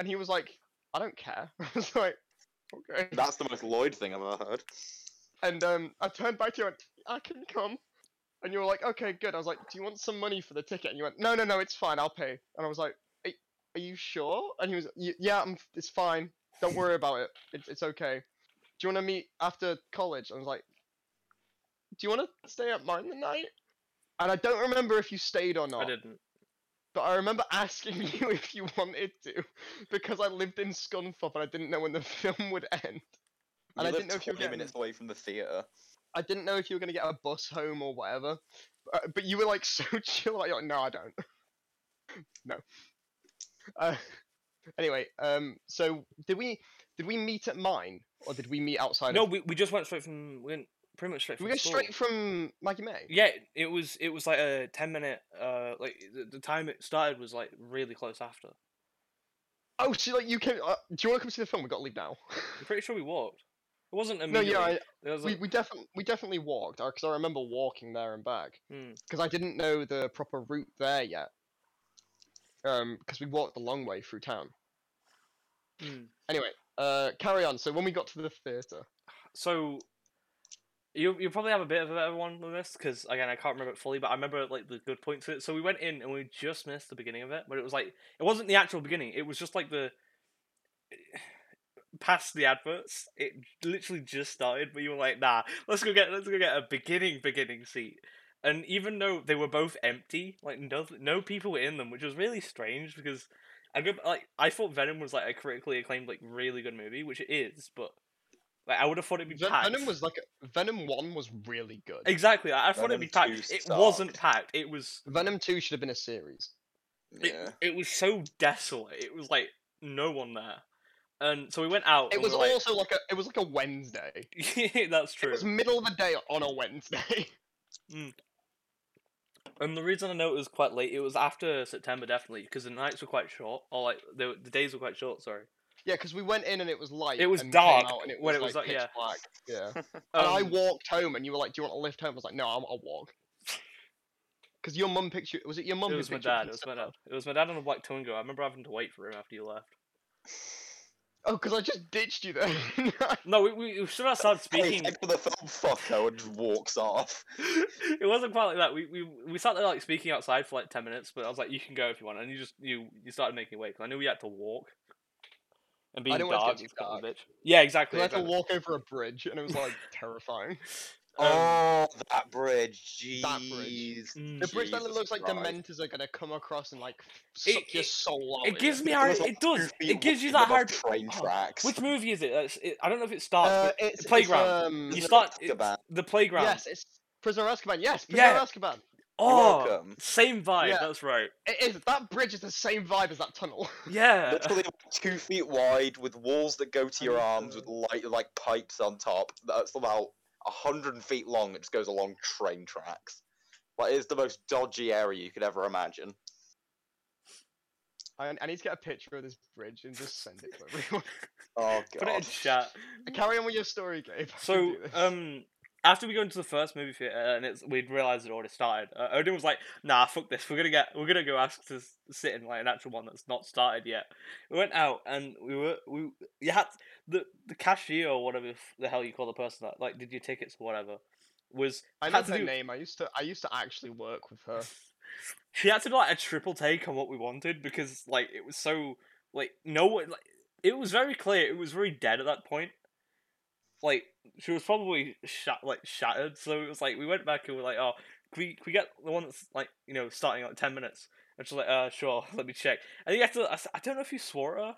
and he was like, I don't care. I was like, okay. That's the most Lloyd thing I've ever heard. And um, I turned back to you and I can come. And you were like, okay, good. I was like, do you want some money for the ticket? And you went, no, no, no, it's fine. I'll pay. And I was like, are, are you sure? And he was, "Y- yeah, I'm, it's fine. Don't worry about it. It's, it's okay. Do you want to meet after college? And I was like, do you want to stay at mine the night? And I don't remember if you stayed or not. I didn't. But I remember asking you if you wanted to, because I lived in Scunthorpe and I didn't know when the film would end. We And I live didn't know if you were 20 getting- minutes away from the theater. I didn't know if you were gonna get a bus home or whatever. Uh, but you were like so chill, like, you're like, no, I don't. no. Uh, anyway, um, so did we did we meet at mine or did we meet outside? No, of... we, we just went straight from we went pretty much straight did from we go school. straight from Maggie May. Yeah, it was it was like a ten minute uh like the, the time it started was like really close after. Oh, so like you came. Uh, do you want to come see the film? We got to leave now. I'm pretty sure we walked. It wasn't no, immediately. yeah, I, It was we, like, we definitely we definitely walked because I remember walking there and back Hmm. because I didn't know the proper route there yet. Um, because we walked the long way through town. hmm. Anyway, uh, carry on. So when we got to the theater, so you you probably have a bit of a better one with this because again I can't remember it fully, but I remember like the good points. Of it. So we went in and we just missed the beginning of it, but it was like it wasn't the actual beginning. It was just like the past the adverts. It literally just started, but you were like, nah, let's go get let's go get a beginning beginning seat. And even though they were both empty, like no no people were in them, which was really strange because I go like I thought Venom was like a critically acclaimed like really good movie, which it is, but like I would have thought it'd be Ven- packed. Venom was like a- Venom One was really good. Exactly. I I thought it'd Venom be 2 packed. It wasn't sucked. packed. It was Venom Two should have been a series. it, Yeah. it was so desolate. It was like no one there. And so we went out. It and was we were also like a it was like a Wednesday. like, that's true. It was middle of the day on a Wednesday. And the reason I know it was quite late, it was after September definitely because the nights were quite short, or like the the days were quite short. Sorry. yeah, because we went in and it was light. It was and came dark out and it when was it was like, like- pitch yeah. black. Yeah. And Um, I walked home, and you were like, "Do you want to lift home?" I was like, "No, I'll, I'll walk." Because your mum picked you. Was it your mum? It who was my picked you up from dad. It was the my cinema? dad. It was my dad on a white Twingo. I remember having to wait for him after you left. Oh, because I just ditched you there. No, we we, we should have started speaking. Hey, heck with the film fucker and just walks off. it wasn't quite like that. We, we we sat there like speaking outside for like ten minutes, but I was like, "You can go if you want," and you just you you started making way because I knew we had to walk. And being didn't want it to dark, get is too kind of a bitch. Yeah, exactly. I had to exactly. walk over a bridge, and it was like terrifying. Um, oh, that bridge. Jeez. That bridge. mm. The bridge that Jesus looks like Christ. Dementors are gonna come across and like suck It- your it- soul out. it gives me It Harry. was like It does. two feet It gives you walking that above Harry. train oh, tracks. Which movie is it? That's, it? I don't know if it starts. but Uh, it's, it's, playground. um, you Prisoner of start Azkaban. it's the playground. Yes, it's Prisoner of Azkaban. Yes, Prisoner Yeah. of Azkaban. You're oh, welcome. same vibe. Yeah. That's right. It is. That bridge is the same vibe as that tunnel. Yeah. Oh Literally two feet wide with walls that go to your arms with light like pipes on top. That's about a hundred feet long. It just goes along train tracks. Like it's the most dodgy area you could ever imagine. I, I need to get a picture of this bridge and just send it to everyone. Oh Put it in god. chat. Carry on with your story, Gabe. I can So, do this. um, after we go into the first movie theater uh, and it's we'd realized it already started. Uh, Odin was like, "Nah, fuck this. We're gonna get. We're gonna go ask to s- sit in like an actual one that's not started yet." We went out and we were we you had the the cashier or whatever f- the hell you call the person that like did your tickets or whatever was I know had to her do- name. I used to. I used to actually work with her. she had to do like a triple take on what we wanted because like it was so like no one like it was very clear it was very dead at that point. Like she was probably shat like shattered, so it was like we went back and we are like, oh, can we can we get the one that's like you know starting at like, ten minutes? And she's like, uh, sure, let me check. And you have to, I, s- I don't know if you swore at her.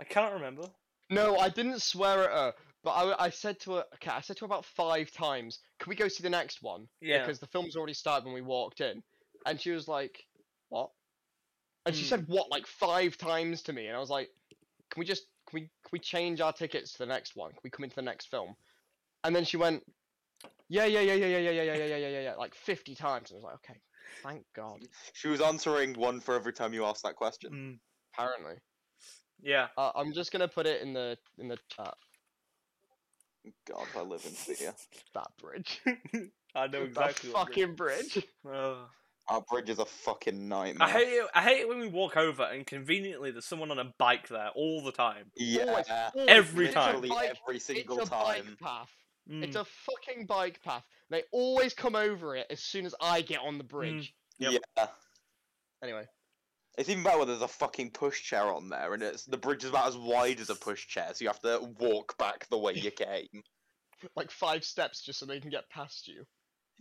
I cannot remember. No, I didn't swear at her, but I, I said to her. Okay, I said to her about five times. Can we go see the next one? Yeah. Because the film's already started when we walked in, and she was like, "What?" And she Hmm. said, "What?" like five times to me, and I was like, "Can we just can we can we change our tickets to the next one? Can we come into the next film?" And then she went, "Yeah, yeah, yeah, yeah, yeah, yeah, yeah, yeah, yeah, yeah, yeah, yeah," like fifty times, and I was like, "Okay, thank God." She was answering one for every time you asked that question. Mm, Apparently, yeah. uh, I'm just gonna put it in the in the chat. God, I live in fear. That bridge. I know exactly. that what you fucking mean. bridge. Ugh. Our bridge is a fucking nightmare. I hate it. I hate it when we walk over and conveniently there's someone on a bike there all the time. Oh, Yeah. Always, Every it's a time. Literally bike- every single it's a time. bike path. Mm. It's a fucking bike path. They always come over it as soon as I get on the Mm. bridge. Yep. Yeah. Anyway, It's even better when there's a fucking pushchair on there, and it's the bridge is about as wide as a pushchair, so you have to walk back the way you came. like five steps just so they can get past you.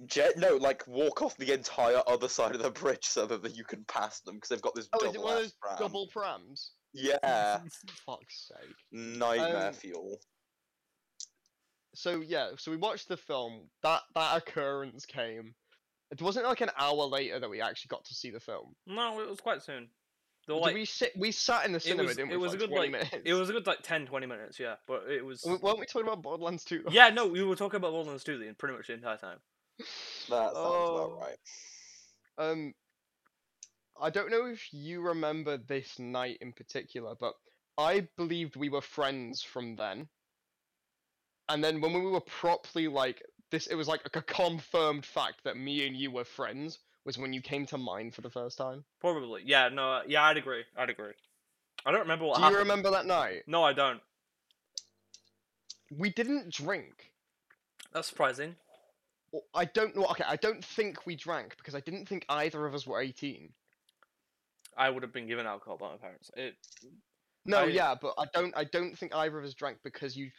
Je- no, like walk off the entire other side of the bridge so that, that you can pass them because they've got this Oh, double is it one of ass those pram. double prams? Uh, Yeah, Fuck's sake. nightmare Um, fuel. So yeah, so we watched the film. That that occurrence came. It wasn't like an hour later that we actually got to see the film. No, it was quite soon. They were Did like, we sit? We sat in the cinema, was- didn't we? it for, was a like, good, 20 like- minutes. it was a good like 10, 20 minutes, yeah. But it was. W- weren't we talking about Borderlands 2? Yeah, no, we were talking about Borderlands 2 the- pretty much the entire time. That sounds oh. about right. Um, I don't know if you remember this night in particular, but I believed we were friends from then. And then when we were properly like this, it was like a confirmed fact that me and you were friends was when you came to mine for the first time. Probably. Yeah, no, uh, yeah, I'd agree. I'd agree. I don't remember what Do you happened. remember that night? No, I don't. We didn't drink. That's surprising. Or- I don't know. Okay, I don't think we drank because I didn't think either of us were eighteen. I would have been given alcohol by my parents. It, No, I- yeah, but I don't I don't think either of us drank because you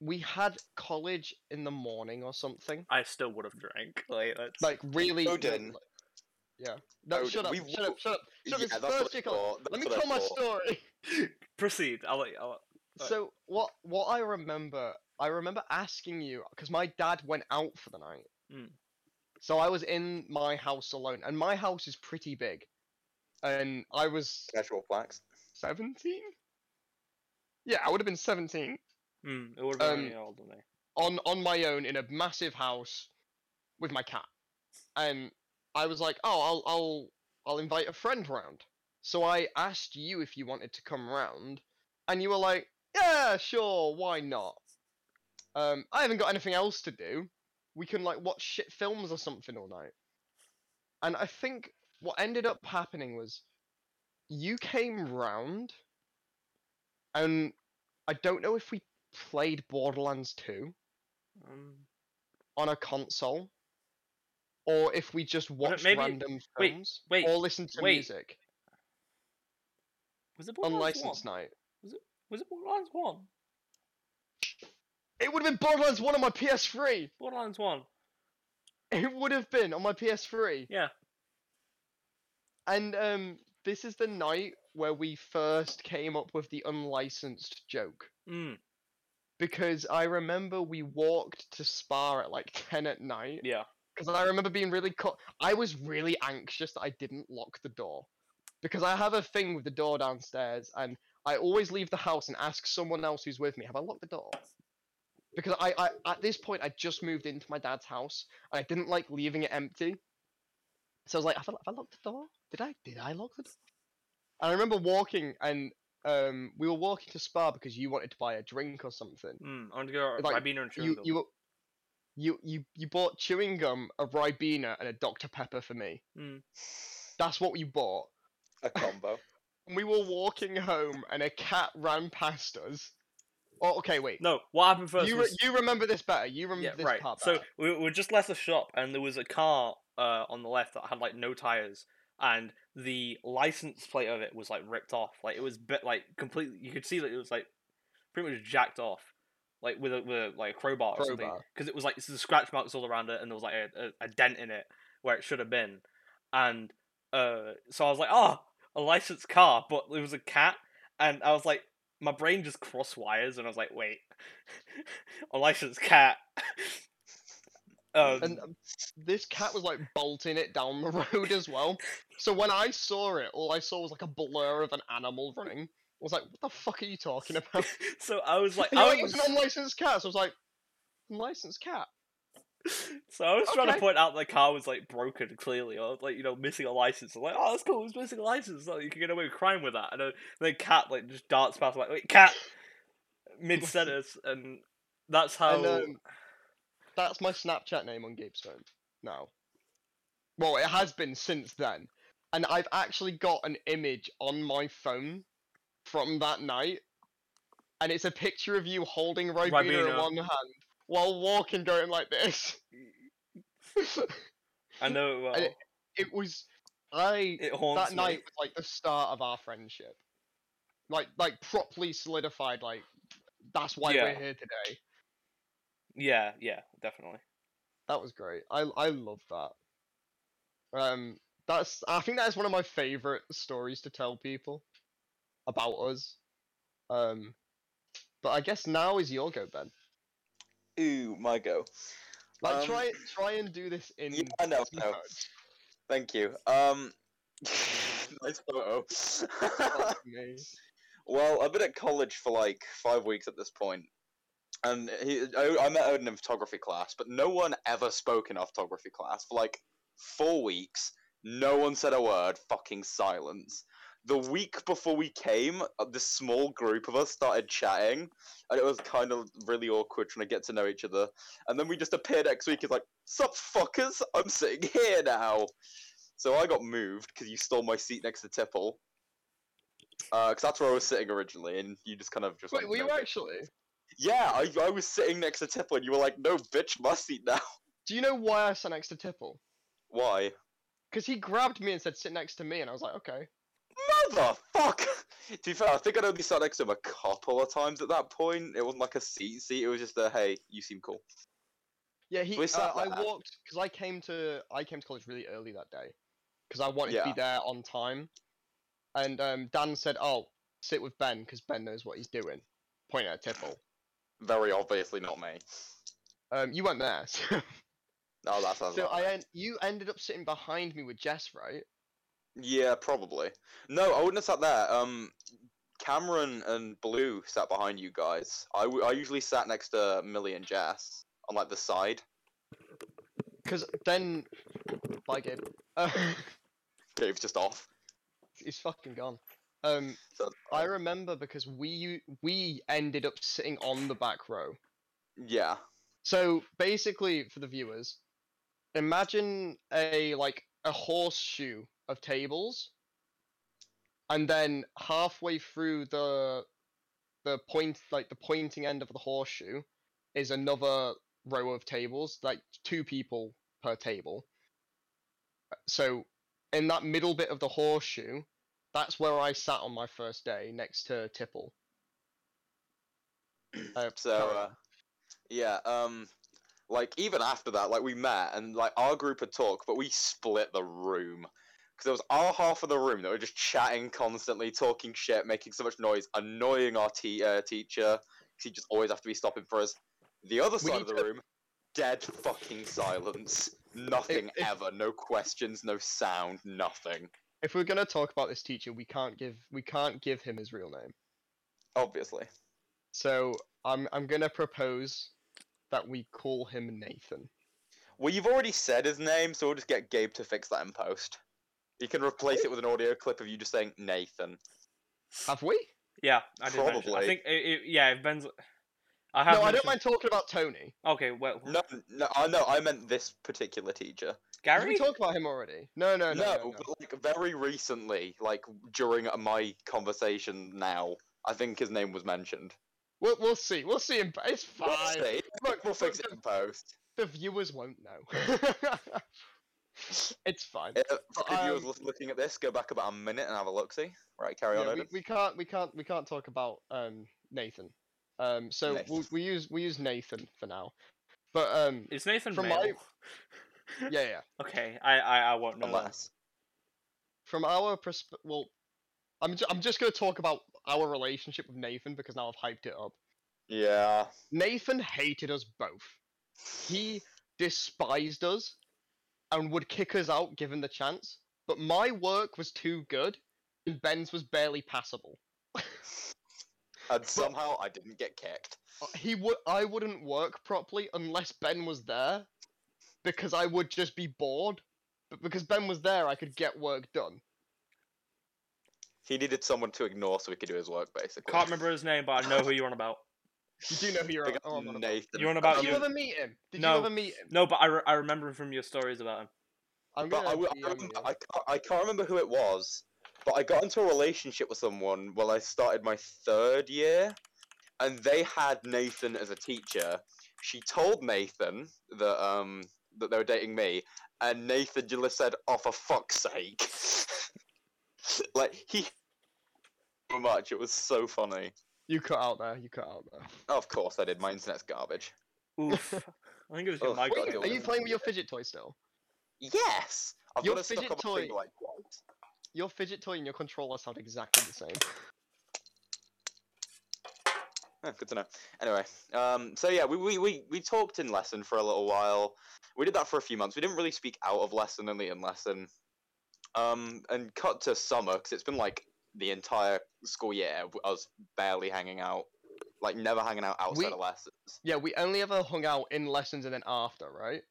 we had college in the morning or something. I still would have drank. Like, that's... Like really no, Odin. like- Yeah. No, Odin, shut up, we shut up, walked- shut up. Shut yeah, up, that's it's what first I year college. thought. Let That's me what I tell my thought. story. proceed. I'll let you. I'll... Right. So what what I remember I remember asking you because my dad went out for the night. Hmm. Mm. So I was in my house alone, and my house is pretty big. And I was Casual flax. seventeen? Yeah, I would have been seventeen. Mm, it would have been Um, really old than me. on on my own in a massive house with my cat. And I was like, "Oh, I'll I'll I'll invite a friend round." So I asked you if you wanted to come round, and you were like, "Yeah, sure, why not?" Um, I haven't got anything else to do. We can like watch shit films or something all night. And I think what ended up happening was you came round and I don't know if we played Borderlands 2 Um, on a console, or if we just watched maybe- random wait, films wait, or listened to wait. music was it on Borderlands license One? night. Was it Borderlands One? It would have been Borderlands 1 on my PS3! Borderlands One. It would have been on my PS3. Yeah. And um, this is the night where we first came up with the unlicensed joke. Mm, Because I remember we walked to Spa at like 10 at night. yeah. because I remember being really co- I was really anxious that I didn't lock the door because I have a thing with the door downstairs and I always leave the house and ask someone else who's with me, have I locked the door? Because I, I at this point I just moved into my dad's house and I didn't like leaving it empty. So I was like, have I, have I locked the door? Did I did I lock the door? I remember walking and um, we were walking to Spa because you wanted to buy a drink or something. Mm, I want to go Like, Ribena and chewing You gum. you were- you you you bought chewing gum, a Ribena, and a Dr Pepper for me. Mm. That's what you bought. A combo. And we were walking home, and a cat ran past us. Oh, okay, wait. No, what happened first? you re- was... you remember this better. You remember yeah, this right. part So better. we, we just left the shop, and there was a car uh, on the left that had like no tires, and the license plate of it was like ripped off. Like it was bit like completely. You could see that it was like pretty much jacked off, like with a with a, like a crowbar, or something, Crowbar. because it was like the scratch marks all around it, and there was like a, a, a dent in it where it should have been, and uh, so I was like, oh, a licensed car, but it was a cat, and I was like. My brain just crossed wires, and I was like, "Wait, a licensed cat." um, And um, this cat was like bolting it down the road as well. So when I saw it, all I saw was like a blur of an animal running. I was like, "What the fuck are you talking about?" so I was like, You're I like, was, it's an unlicensed cat. So I was like, unlicensed cat. so I was trying to okay. point out the car was like broken clearly, or like you know missing a license. I'm like, oh, that's cool, it's missing a license. Like you can get away with crime with that. And then the cat like just darts past, like wait, cat, mid sentence, and that's how. And, um, That's my Snapchat name on Gabe's phone now. Well, it has been since then, and I've actually got an image on my phone from that night, and it's a picture of you holding Ribena, in Ribena. one hand while walking, going like this. I know it well. and It, it was, I haunts that me. night was like the start of our friendship. Like like properly solidified like that's why Yeah. we're here today. Yeah, yeah, definitely. That was great. I I love that. Um that's I think that is one of my favorite stories to tell people about us. Um but I guess now is your go, Ben. Ooh, my go. Like Um, try try and do this in Yeah, I know. two No, words. thank you. Um, nice photo. Fuck me. well, I've been at college for like five weeks at this point, and he, I, I met Odin in photography class, but no one ever spoke in our photography class for like four weeks. No one said a word. Fucking silence. The week before we came, uh, this small group of us started chatting, and it was kind of really awkward trying to get to know each other. And then we just appear next week. It's like, "Sup, fuckers? I'm sitting here now." So I got moved because you stole my seat next to Tipple. Because that's where I was sitting originally, and you just kind of just. Wait, went, were "No, you bitch." actually? Yeah, I, I was sitting next to Tipple, and you were like, "No, bitch, my seat now." Do you know why I sat next to Tipple? Why? Because he grabbed me and said, sit next to me, and I was like, okay. Motherfuck! to be fair, I think I'd only sat next to him a couple of times at that point. It wasn't like a seat seat. It was just a hey, you seem cool. Yeah, he. So we Uh, sat I there. walked because I came to I came to college really early that day because I wanted to Yeah. be there on time. And um, Dan said, "Oh, sit with Ben because Ben knows what he's doing." Point at Tipple. Very obviously not me. Um, you weren't there, so, Oh, that sounds. so about I right. en- you ended up sitting behind me with Jess, right? Yeah, probably. No, I wouldn't have sat there. Um, Cameron and Blue sat behind you guys. I, w- I usually sat next to Millie and Jess on like the side. Because then, like it, uh, Gabe's just off. he's fucking gone. Um, So- I remember because we u- we ended up sitting on the back row. Yeah. So basically, for the viewers, imagine a like a horseshoe of tables, and then halfway through the the point like the pointing end of the horseshoe is another row of tables, like two people per table. Uh, So in that middle bit of the horseshoe, that's where I sat on my first day next to Tipple. Uh, So carry uh, on. yeah. Um, like even after that, like we met and like our group had talked, but we split the room because there was our half of the room that were just chatting constantly, talking shit, making so much noise, annoying our te- uh, teacher 'cause he just always have to be stopping for us. The other side of need the room, dead fucking silence, nothing if- ever, no questions, no sound, nothing. if we're gonna talk about this teacher, we can't give we can't give him his real name. Obviously. So I'm I'm gonna propose that we call him Nathan. Well, you've already said his name, so we'll just get Gabe to fix that in post. You can replace it with an audio clip of you just saying Nathan. Have we? Yeah, I did mention- I Probably. think it, it- yeah, it Ben's. I have. No, I don't mentioned- mind talking about Tony. Okay, well, No, no, I no, I meant this particular teacher. Did we Gary. talk about him already? No, no, No, no. no, no. but like very recently, like during my conversation now, I think his name was mentioned. We'll, we'll see. We'll see. In, it's We'll fine. see. Look, We'll fix it look, in post. The, the viewers won't know. it's fine. Uh, for the viewers um, lis- looking at this, go back about a minute and have a look. See, right? Carry on. Yeah, we, Odin. we can't we can't we can't talk about um Nathan. Um, so We'll, Nathan. we use we use Nathan for now. But um, Is Nathan From From my- yeah, yeah. Okay, I I, I won't know. that. Unless From our persp, well, I'm ju- I'm just gonna talk about our relationship with Nathan because now I've hyped it up. yeah, Nathan hated us both. He despised us and would kick us out given the chance. But my work was too good and Ben's was barely passable. and somehow I didn't get kicked. Uh, He would I wouldn't work properly unless Ben was there because I would just be bored. But because Ben was there, I could get work done. He needed someone to ignore so he could do his work, basically. Can't remember his name, but I know who you're on about. You do know who you're Big on, up oh, I'm on about. Nathan. You're on about Did you. you ever meet him? Did No. you ever meet him? No, but I, re- I remember him from your stories about him. I'm But gonna I, w- I, DM remember, you. I, can't, I can't remember who it was, but I got into a relationship with someone while I started my third year, and they had Nathan as a teacher. She told Nathan that um that they were dating me, and Nathan just said, "Oh, for fuck's sake!" like he so much. It was so funny. You cut out there. You cut out there. Of course, I did. My internet's garbage. Oof. I think it was your Oh, mic. wait, that are Are did you it. playing with your fidget toy still? Yes, I've Your got it stuck fidget on my finger toy- like what? Your fidget toy and your controller sound exactly the same. Oh, good to know. Anyway, um, so yeah, we, we, we, we talked in lesson for a little while. We did that for a few months. We didn't really speak out of lesson, only in lesson. Um, and cut to summer because it's been like the entire school year of us barely hanging out, like never hanging out outside We- of lessons. Yeah, we only ever hung out in lessons and then after, right?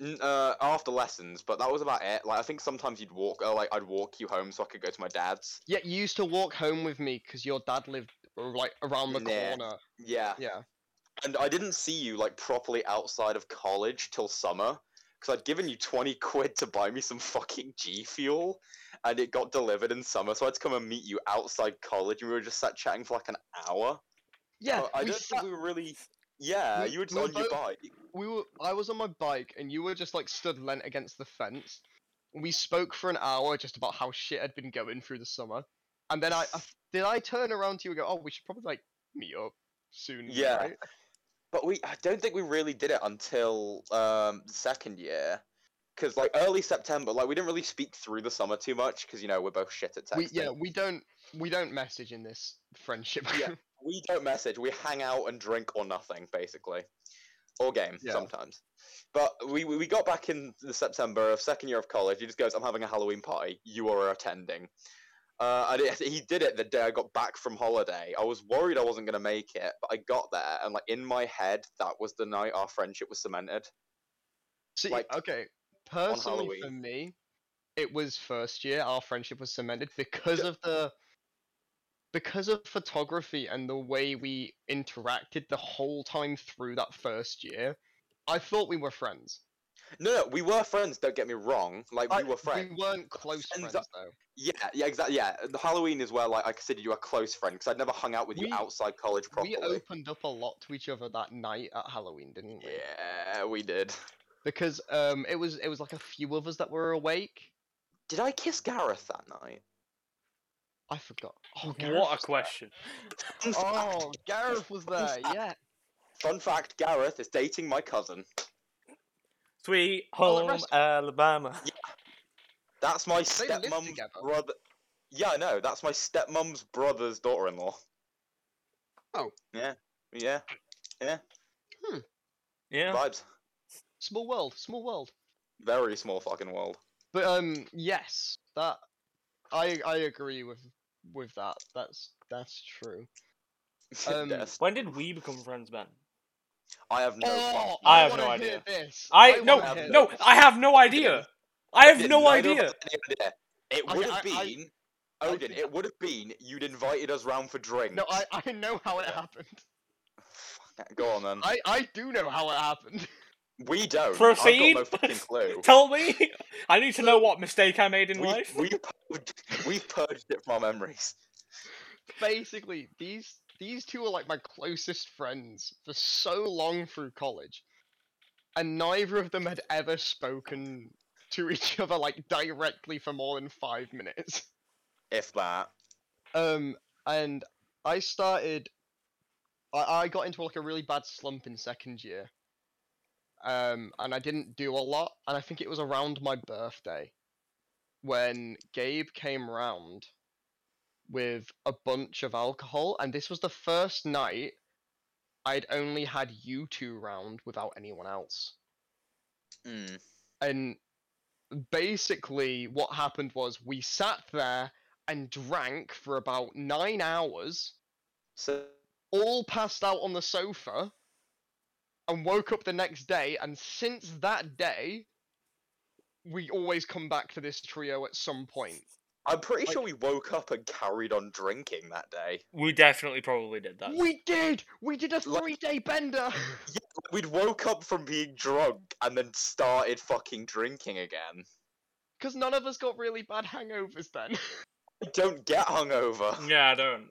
N- Uh, after lessons, but that was about it. Like I think sometimes you'd walk, or like I'd walk you home so I could go to my dad's. Yeah, you used to walk home with me because your dad lived uh, like around the Yeah. corner. Yeah, Yeah. and I didn't see you like properly outside of college till summer because I'd given you 20 quid to buy me some fucking G Fuel and it got delivered in summer. So I had to come and meet you outside college and we were just sat chatting for like an hour. Yeah, Uh, I we, don't sat, think we were really. Yeah, We- you were just we on both- your bike. we were. I was on my bike, and you were just like stood lent against the fence. and We spoke for an hour just about how shit had been going through the summer, and then I, I did. I turn around to you and go, "Oh, we should probably like meet up soon." Yeah. right?" But we, I don't think we really did it until um, second year. Because like early September, like we didn't really speak through the summer too much because you know we're both shit at texting. We yeah we don't we don't message in this friendship. Yeah. we don't message. We hang out and drink or nothing, basically, or game Yeah. sometimes. But we, we we got back in the September of second year of college. He just goes, "I'm having a Halloween party. You are attending." Uh, and it, he did it the day I got back from holiday. I was worried I wasn't gonna make it, but I got there, and like in my head, that was the night our friendship was cemented. See, like, okay, personally for Halloween. me, it was first year our friendship was cemented because of the because of photography and the way we interacted the whole time through that first year. I thought we were friends. No, no, we were friends. Don't get me wrong. Like I- we were friends. We weren't close friends, friends that- though. Yeah, yeah, exactly. Yeah, the Halloween is where like I considered you a close friend because I'd never hung out with We- you outside college properly. We opened up a lot to each other that night at Halloween, didn't we? Yeah, we did. Because um, it was it was like a few of us that were awake. Did I kiss Gareth that night? I forgot. Oh, Gareth What was a question. Fun fact, Oh, Gareth was Fun there. fact. Yeah. fun fact Gareth is dating my cousin. Sweet Well, at home rest- Alabama. That's my They live stepmom's together. brother. Yeah, I know. That's my stepmom's brother's daughter in law. Oh. Yeah. Yeah. Yeah. Vibes. Small world. Small world. Very small fucking world. But um, yes, that I I agree with with that. That's that's true. Um, Yes. When did we become friends, Ben? I have no oh, fucking I have wanna no hear idea. This. I wanna no hear no. this. I have no idea. I have no Neither of idea. us had any idea. It I- would have I- I- been I Odin. think- It would have been you'd invited us round for drinks. No, I, I know how it Yeah. happened. Fuck, Go on then. I, I do know how it happened. We don't. Proceed. I've got no fucking clue. Tell me. I need to know what mistake I made in we, life. we, purged, we purged it from our memories. Basically, these these two are like my closest friends for so long through college, and neither of them had ever spoken to each other like directly for more than five minutes. If that. Um, and I started. I, I got into like a really bad slump in second year. Um, and I didn't do a lot, and I think it was around my birthday when Gabe came round with a bunch of alcohol, and this was the first night I'd only had you two round without anyone else. Mm. And basically, what happened was we sat there and drank for about nine hours, So all passed out on the sofa, and woke up the next day. And since that day, we always come back to this trio at some point. I'm pretty Like- sure we woke up and carried on drinking that day. We definitely probably did that. We did! We did a Like- three day bender! We'd woke up from being drunk and then started fucking drinking again. Because none of us got really bad hangovers then. I don't get hungover. Yeah, I don't.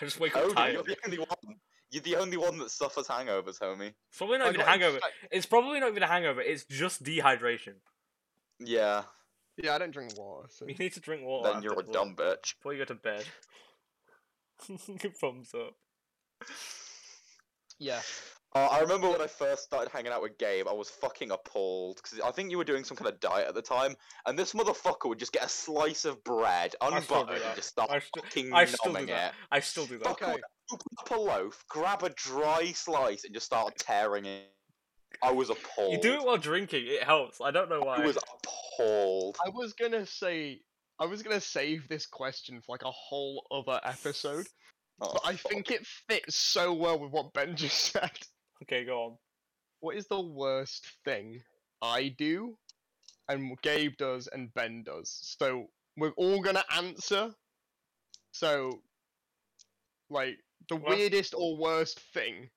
I just wake up Odin, tired. you're the only one. You're the only one that suffers hangovers, homie. It's I probably not even a got hangover. infect- It's probably not even a hangover. It's just dehydration. Yeah. Yeah, I don't drink water. So. You need to drink water. then after you're a this dumb bitch. Before Oh, you go to bed. Thumbs up. Yeah. Uh, I remember when I first started hanging out with Gabe, I was fucking appalled because I think you were doing some kind of diet at the time, and this motherfucker would just get a slice of bread I still do unbuttered that. and just start I st- fucking I still do numbing that. it. I still do that. Fuck Okay. Open up a loaf, grab a dry slice, and just start tearing it. I was appalled. You do it while drinking. It helps. I don't know why. I was appalled. I was gonna say I was gonna save this question for like a whole other episode, Oh, but I fuck. think it fits so well with what Ben just said. Okay, go on. What is the worst thing I do, and what Gabe does, and Ben does? So we're all gonna answer. So, like the Well- weirdest or worst thing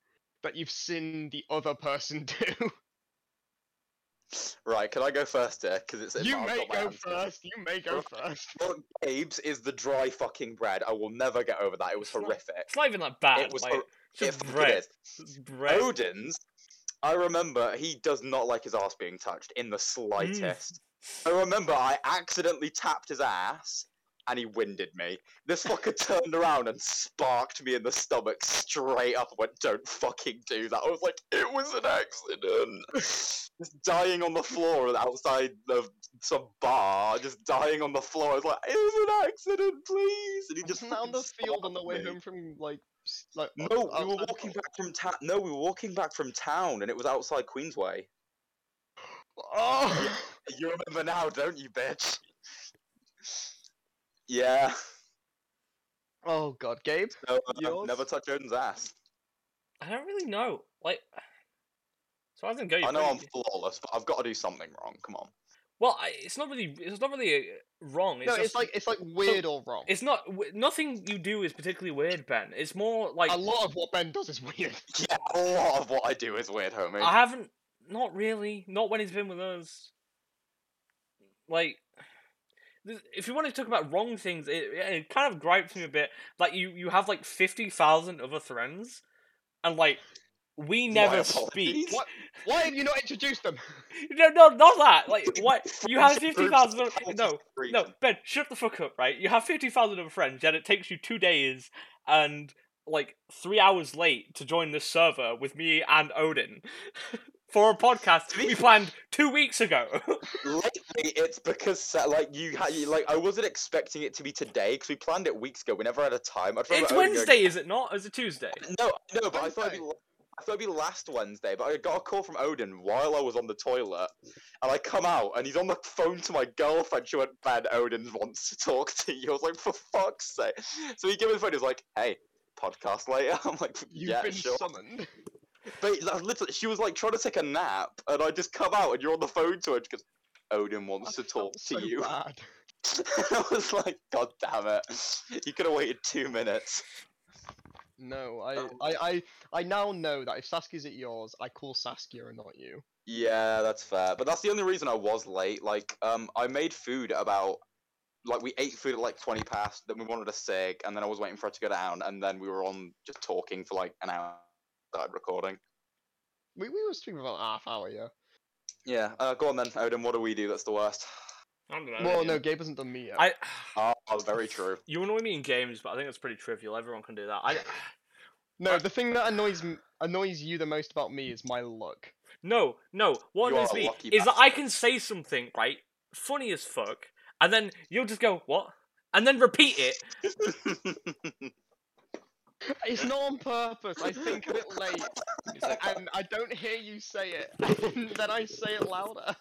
that you've seen the other person do. Right, can I go first here? Because it's in you my- I've may got my go answer. first. You may go Right. first. Fuck Gabe's is the dry fucking bread. I will never get over that. It was It's not- horrific. It's not even that bad. It was like, hor- it's It just fucking bread. is. Oh, It's bread. Odin's, I remember he does not like his ass being touched in the slightest. Mm. I remember I accidentally tapped his ass and he winded me. This fucker turned around and sparked me in the stomach straight up and went, Don't fucking do that. I was like, It was an accident. just dying on the floor outside of some bar, just dying on the floor. I was like, It was an accident, please. And he just Wasn't that on fucking the field on the sparked way me. home from like s- like No, o- we were outside walking college? back from town. no, we were walking back from town, and it was outside Queensway. Oh, You remember now, don't you, bitch? Yeah. oh God, Gabe. No, uh, Yours? never touch Odin's ass. I don't really know. Like, so I didn't go. you I know I'm pretty- flawless, but I've got to do something wrong. Come on. Well, I, it's not really. It's not really uh, wrong. It's no, just, it's like it's like weird or wrong. It's not. w- Nothing you do is particularly weird, Ben. It's more like a lot of what Ben does is weird. Yeah, a lot of what I do is weird, homie. I haven't. Not really. Not when he's been with us. Like, th- if you want to talk about wrong things, it, it kind of gripes me a bit. Like you, you have like fifty thousand other friends, and like we My never speak. apologies. What? Why have you not introduced them? No, no, not that. Like what? You have Friendship fifty groups thousand. for the No, fucking No, reason. Ben, shut the fuck up, right? You have 50,000 other friends, yet it takes you two days and like three hours late to join this server with me and Odin for a podcast To be we fair- planned two weeks ago. Lately, it's because uh, like you, ha- you like I wasn't expecting it to be today because we planned it weeks ago. We never had a time. I'd rather it's Odin go, Wednesday, is it not? Or is it Tuesday? No, no, but I thought it'd be, la- I thought it'd be last Wednesday, but I got a call from Odin while I was on the toilet, and I come out and he's on the phone to my girlfriend. She went, "Ben, Odin wants to talk to you." I was like, "For fuck's sake!" So he gave me the phone. He was like, "Hey." Podcast later. I'm like, You've yeah, been sure. summoned. But I was literally, she was like trying to take a nap, and I just come out, and you're on the phone to her. She goes, "Odin wants I to talk felt to so you." bad. I was like, God damn it! You could have waited two minutes. No, I, Oh. I, I, I now know that if Saskia's at yours, I call Saskia and not you. Yeah, that's fair. But that's the only reason I was late. Like, um, I made food at about like we ate food at like twenty past. Then we wanted a cig, and then I was waiting for it to go down, and then we were on just talking for like an hour. Started recording. We, we were speaking about half hour, yeah. Yeah. Uh, go on then, Odin. What do we do? That's the worst. I don't know. well, no, Gabe hasn't done me yet. I. Oh, very true. You annoy me in games, but I think that's pretty trivial. Everyone can do that. I No, the thing that annoys m- annoys you the most about me is my look. no no. What You are annoys a me lucky is that I can say something right, funny as fuck, and then you'll just go what, and then repeat it. It's not on purpose. I think of it late, and I don't hear you say it. and then I say it louder.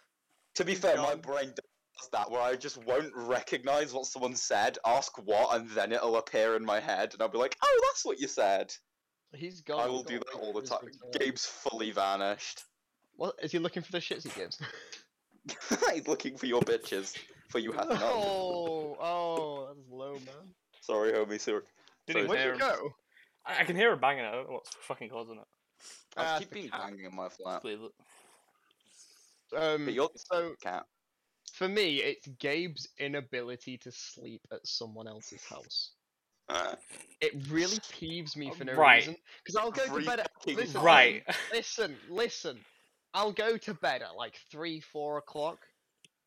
to be fair, my God. brain does that where I just won't recognize what someone said, ask what, and then it'll appear in my head, and I'll be like, "Oh, that's what you said." He's gone. I he's will got do a that look all the for his time. return. Gabe's fully vanished. What is he looking for? The shits he gives. He's looking for your bitches, for you have none. oh, oh, that's low, man. Sorry, homie. Sorry. Didn't Sorry. even Where'd you hear him. go? I, I can hear her banging. I don't know what's fucking causing it. Ah, I it's keep the being cat. banging in my flat. Just leave it. Um, But you're so cat. for me, it's Gabe's inability to sleep at someone else's house. It really peeves me for no Right. reason. Because I'll go to bed at Freaking listen, Right. listen, listen. I'll go to bed at like three, four o'clock,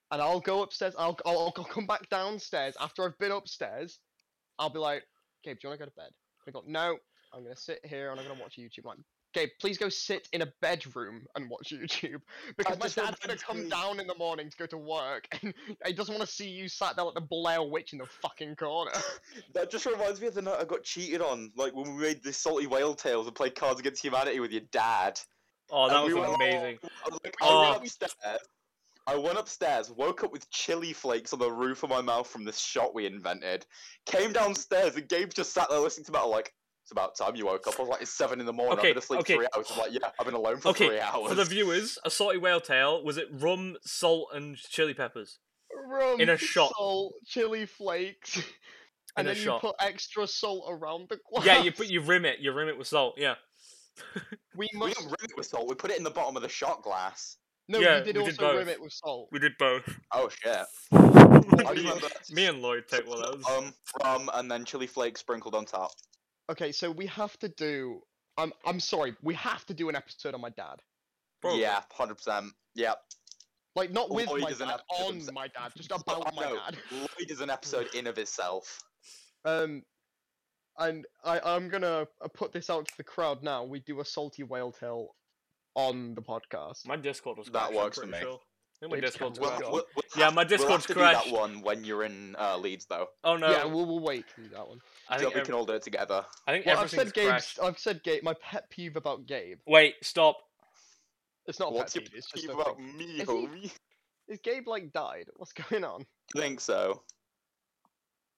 and I'll go upstairs. I'll I'll, I'll go- come back downstairs after I've been upstairs. I'll be like, Gabe, do you want to go to bed? I go, no, I'm gonna sit here and I'm gonna watch YouTube. i like, Gabe, please go sit in a bedroom and watch YouTube because my just dad's gonna reminds come me- down in the morning to go to work, and he doesn't want to see you sat there like the Blair Witch in the fucking corner. That just reminds me of the night I got cheated on, like when we made the salty whale tales and played Cards Against Humanity with your dad. Oh, that And was we went- amazing. I was like, Oh. I went upstairs. I went upstairs, woke up with chili flakes on the roof of my mouth from this shot we invented. Came downstairs and Gabe just sat there listening to metal like, it's about time you woke up. I was like, it's seven in the morning. Okay, I've been asleep okay. three hours. I'm like, yeah, I've been alone for Okay, three hours. For the viewers, a salty whale tail was it rum, salt, and chili peppers? Rum, In a shot. salt, chili flakes, and a then you shot. put extra salt around the glass. Yeah, you put you rim it. You rim it with salt. Yeah. We we must. didn't rim it with salt. We put it in the bottom of the shot glass. No, Yeah, you did we also did both. rim it with salt. We did both. Oh shit! I me, remember. me and Lloyd take one of those. um, rum, and then chili flakes sprinkled on top. Okay, so we have to do. I'm I'm sorry. We have to do an episode on my dad. Probably. Yeah, hundred percent. Yeah. Like not with Lloyd my is an dad, episode on himself. my dad, just about my Oh, no, dad. Lloyd is an episode in of itself. Um, and I I'm gonna uh, put this out to the crowd now. We do a salty whale tail on the podcast. My Discord was That crashed, I'm works for pretty me. Sure. I think my It Discord's can We'll, work. crashed. Wow. we'll- we'll Yeah, have- my we'll have Discord's to do crashed. that one when you're in uh, Leeds, though. Oh no! Yeah, we'll, we'll wait to do that one. I So think we ev- can all do it together. I think Well, I've everything's said Gabe's. crashed. I've said Gabe. My pet peeve about Gabe. Wait, stop. It's not a What's pet your peeve. It's just peeve a about thing. me, Is he- homie? Is Gabe like died? What's going on? I think so.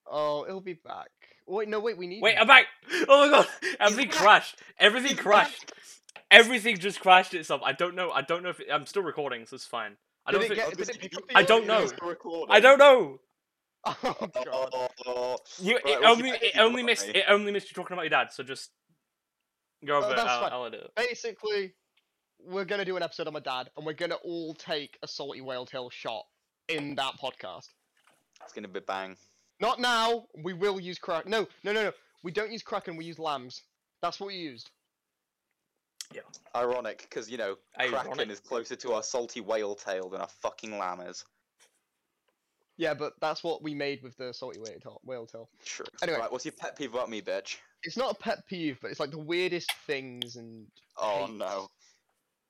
Oh, he'll be back. Wait, no, wait. We need. Wait, him I'm back. Oh my god! Everything back. crashed. Everything He's back. crashed. Everything just crashed itself. I don't know. I don't know if it, I'm still recording, so it's fine. I don't. Did it Think, get- Obviously, pick up you- the I don't audio? know. you still recording. I don't know. Oh Oh, god. You Right, it what's your only pet it peeve only about missed me? it only missed you talking about your dad. So just go over. it. Oh, that's I'll, fine. I'll edit it. Basically, we're gonna do an episode on my dad, and we're gonna all take a salty whale tail shot in that podcast. It's gonna be bang. Not now. We will use crack. No, no, no, no. We don't use kraken. We use lambs. That's what we used. Ironic, because you know, Ironic. Kraken is closer to our salty whale tail than our fucking lamb is. Yeah, but that's what we made with the salty whale tail. Whale tail. True. Anyway. Right, what's your pet peeve about me, bitch? It's not a pet peeve, but it's like the weirdest things and Oh Hates. no.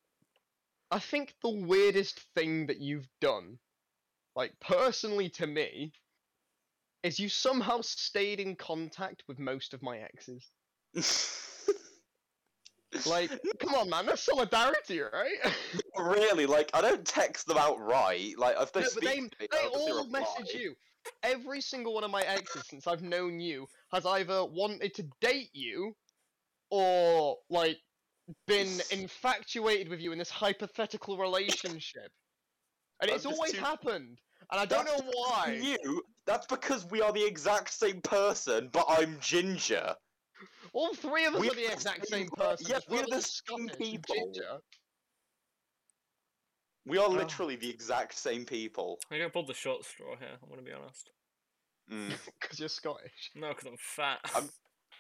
I think the weirdest thing that you've done, like personally to me, is you somehow stayed in contact with most of my exes. Like, come on, man, that's solidarity, right? really, like I don't text them outright. Like if they No, but speak, they, to me, they I'll obviously all message reply. you. Every single one of my exes since I've known you has either wanted to date you or, like, been infatuated with you in this hypothetical relationship. And I'm it's just always too- happened. And I don't That's know why. You That's because we are the exact same person, but I'm ginger. All three of us We are the are exact the same same- person. yeah, just we're one the of us same Scottish and people. ginger. We Oh. are Ah. literally the exact same people. I think I pulled the short straw here. I'm gonna be honest. Mm. Because you're Scottish. No, because I'm fat. I'm-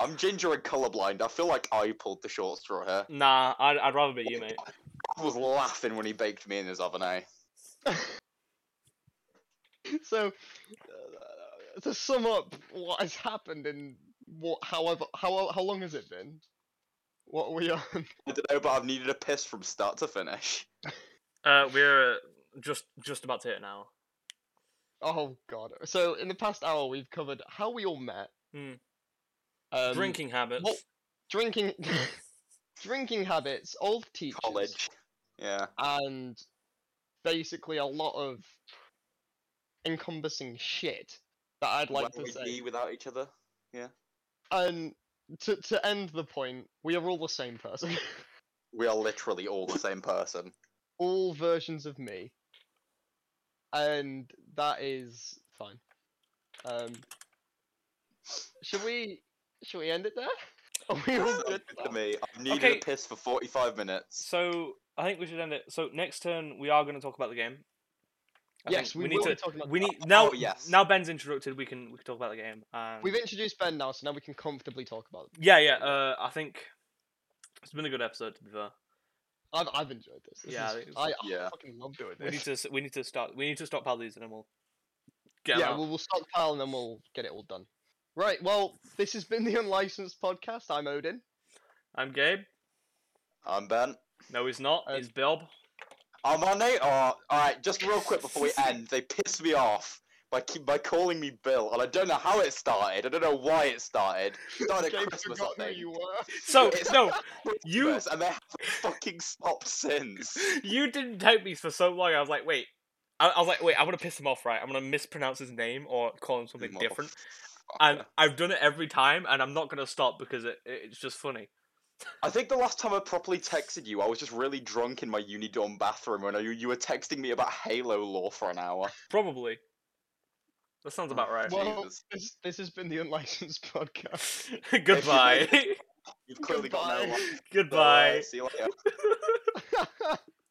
I'm ginger and colorblind. I feel like I pulled the short straw here. Nah, I'd, I'd rather be you, mate. I was laughing when he baked me in his oven, eh? so, uh, to sum up what has happened in what, however, how how long has it been? What are we on? I don't know, but I've needed a piss from start to finish. Uh, we're just just about to hit an hour. Oh God! So in the past hour, we've covered how we all met, Hmm. um, Drinking habits. what- drinking, drinking habits, old teachers, College. Yeah. and basically a lot of encompassing shit that I'd like to Where we'd say. be without each other. And to to end the point, we are all the same person, We are literally all the same person. all versions of me, and that is fine. Um, should we should we end it there? Are we all Sounds good? good to me. I've needed Okay. a piss for 45 minutes. So I think we should end it. So next turn we are going to talk about the game. I yes, think we, we need will to. be talking about We that. need now. yes. Now Ben's interrupted. We can we can talk about the game. And oh, We've introduced Ben now, so now we can comfortably talk about it. yeah, yeah. Uh, I think it's been a good episode. To be fair, I've, I've enjoyed this. this Yeah, I is- think it's- I, I yeah. fucking love doing we this. need to s- we need to start we need to stockpile these and then we'll get 'em yeah, out. we'll, we'll stockpile and then we'll get it all done. Right, well, this has been the Unlicensed Podcast. I'm Odin. I'm Gabe. I'm Ben. No, he's not. Uh, He's Bob. I'm on it. Oh, alright, just real quick before we end, they pissed me off. By, keep, by calling me Bill, and I don't know how it started. I don't know why it started. It started at Gabe Christmas, forgot I who think. you were. So It's- no, you- Christmas, and they haven't fucking stopped since. you didn't type these for so long. I was like, wait. I, I was like, wait, I'm gonna piss him off, right? I'm gonna mispronounce his name or call him something different. And Motherfucker. I've done it every time, and I'm not gonna stop because it, it's just funny. I think the last time I properly texted you, I was just really drunk in my uni dorm bathroom, and you, you were texting me about Halo lore for an hour. Probably. That sounds about right. Hmm. Well, Jesus. this, this has been the Unlicensed Podcast. Goodbye. You've clearly got no Goodbye. life. so, uh, Goodbye. See you later.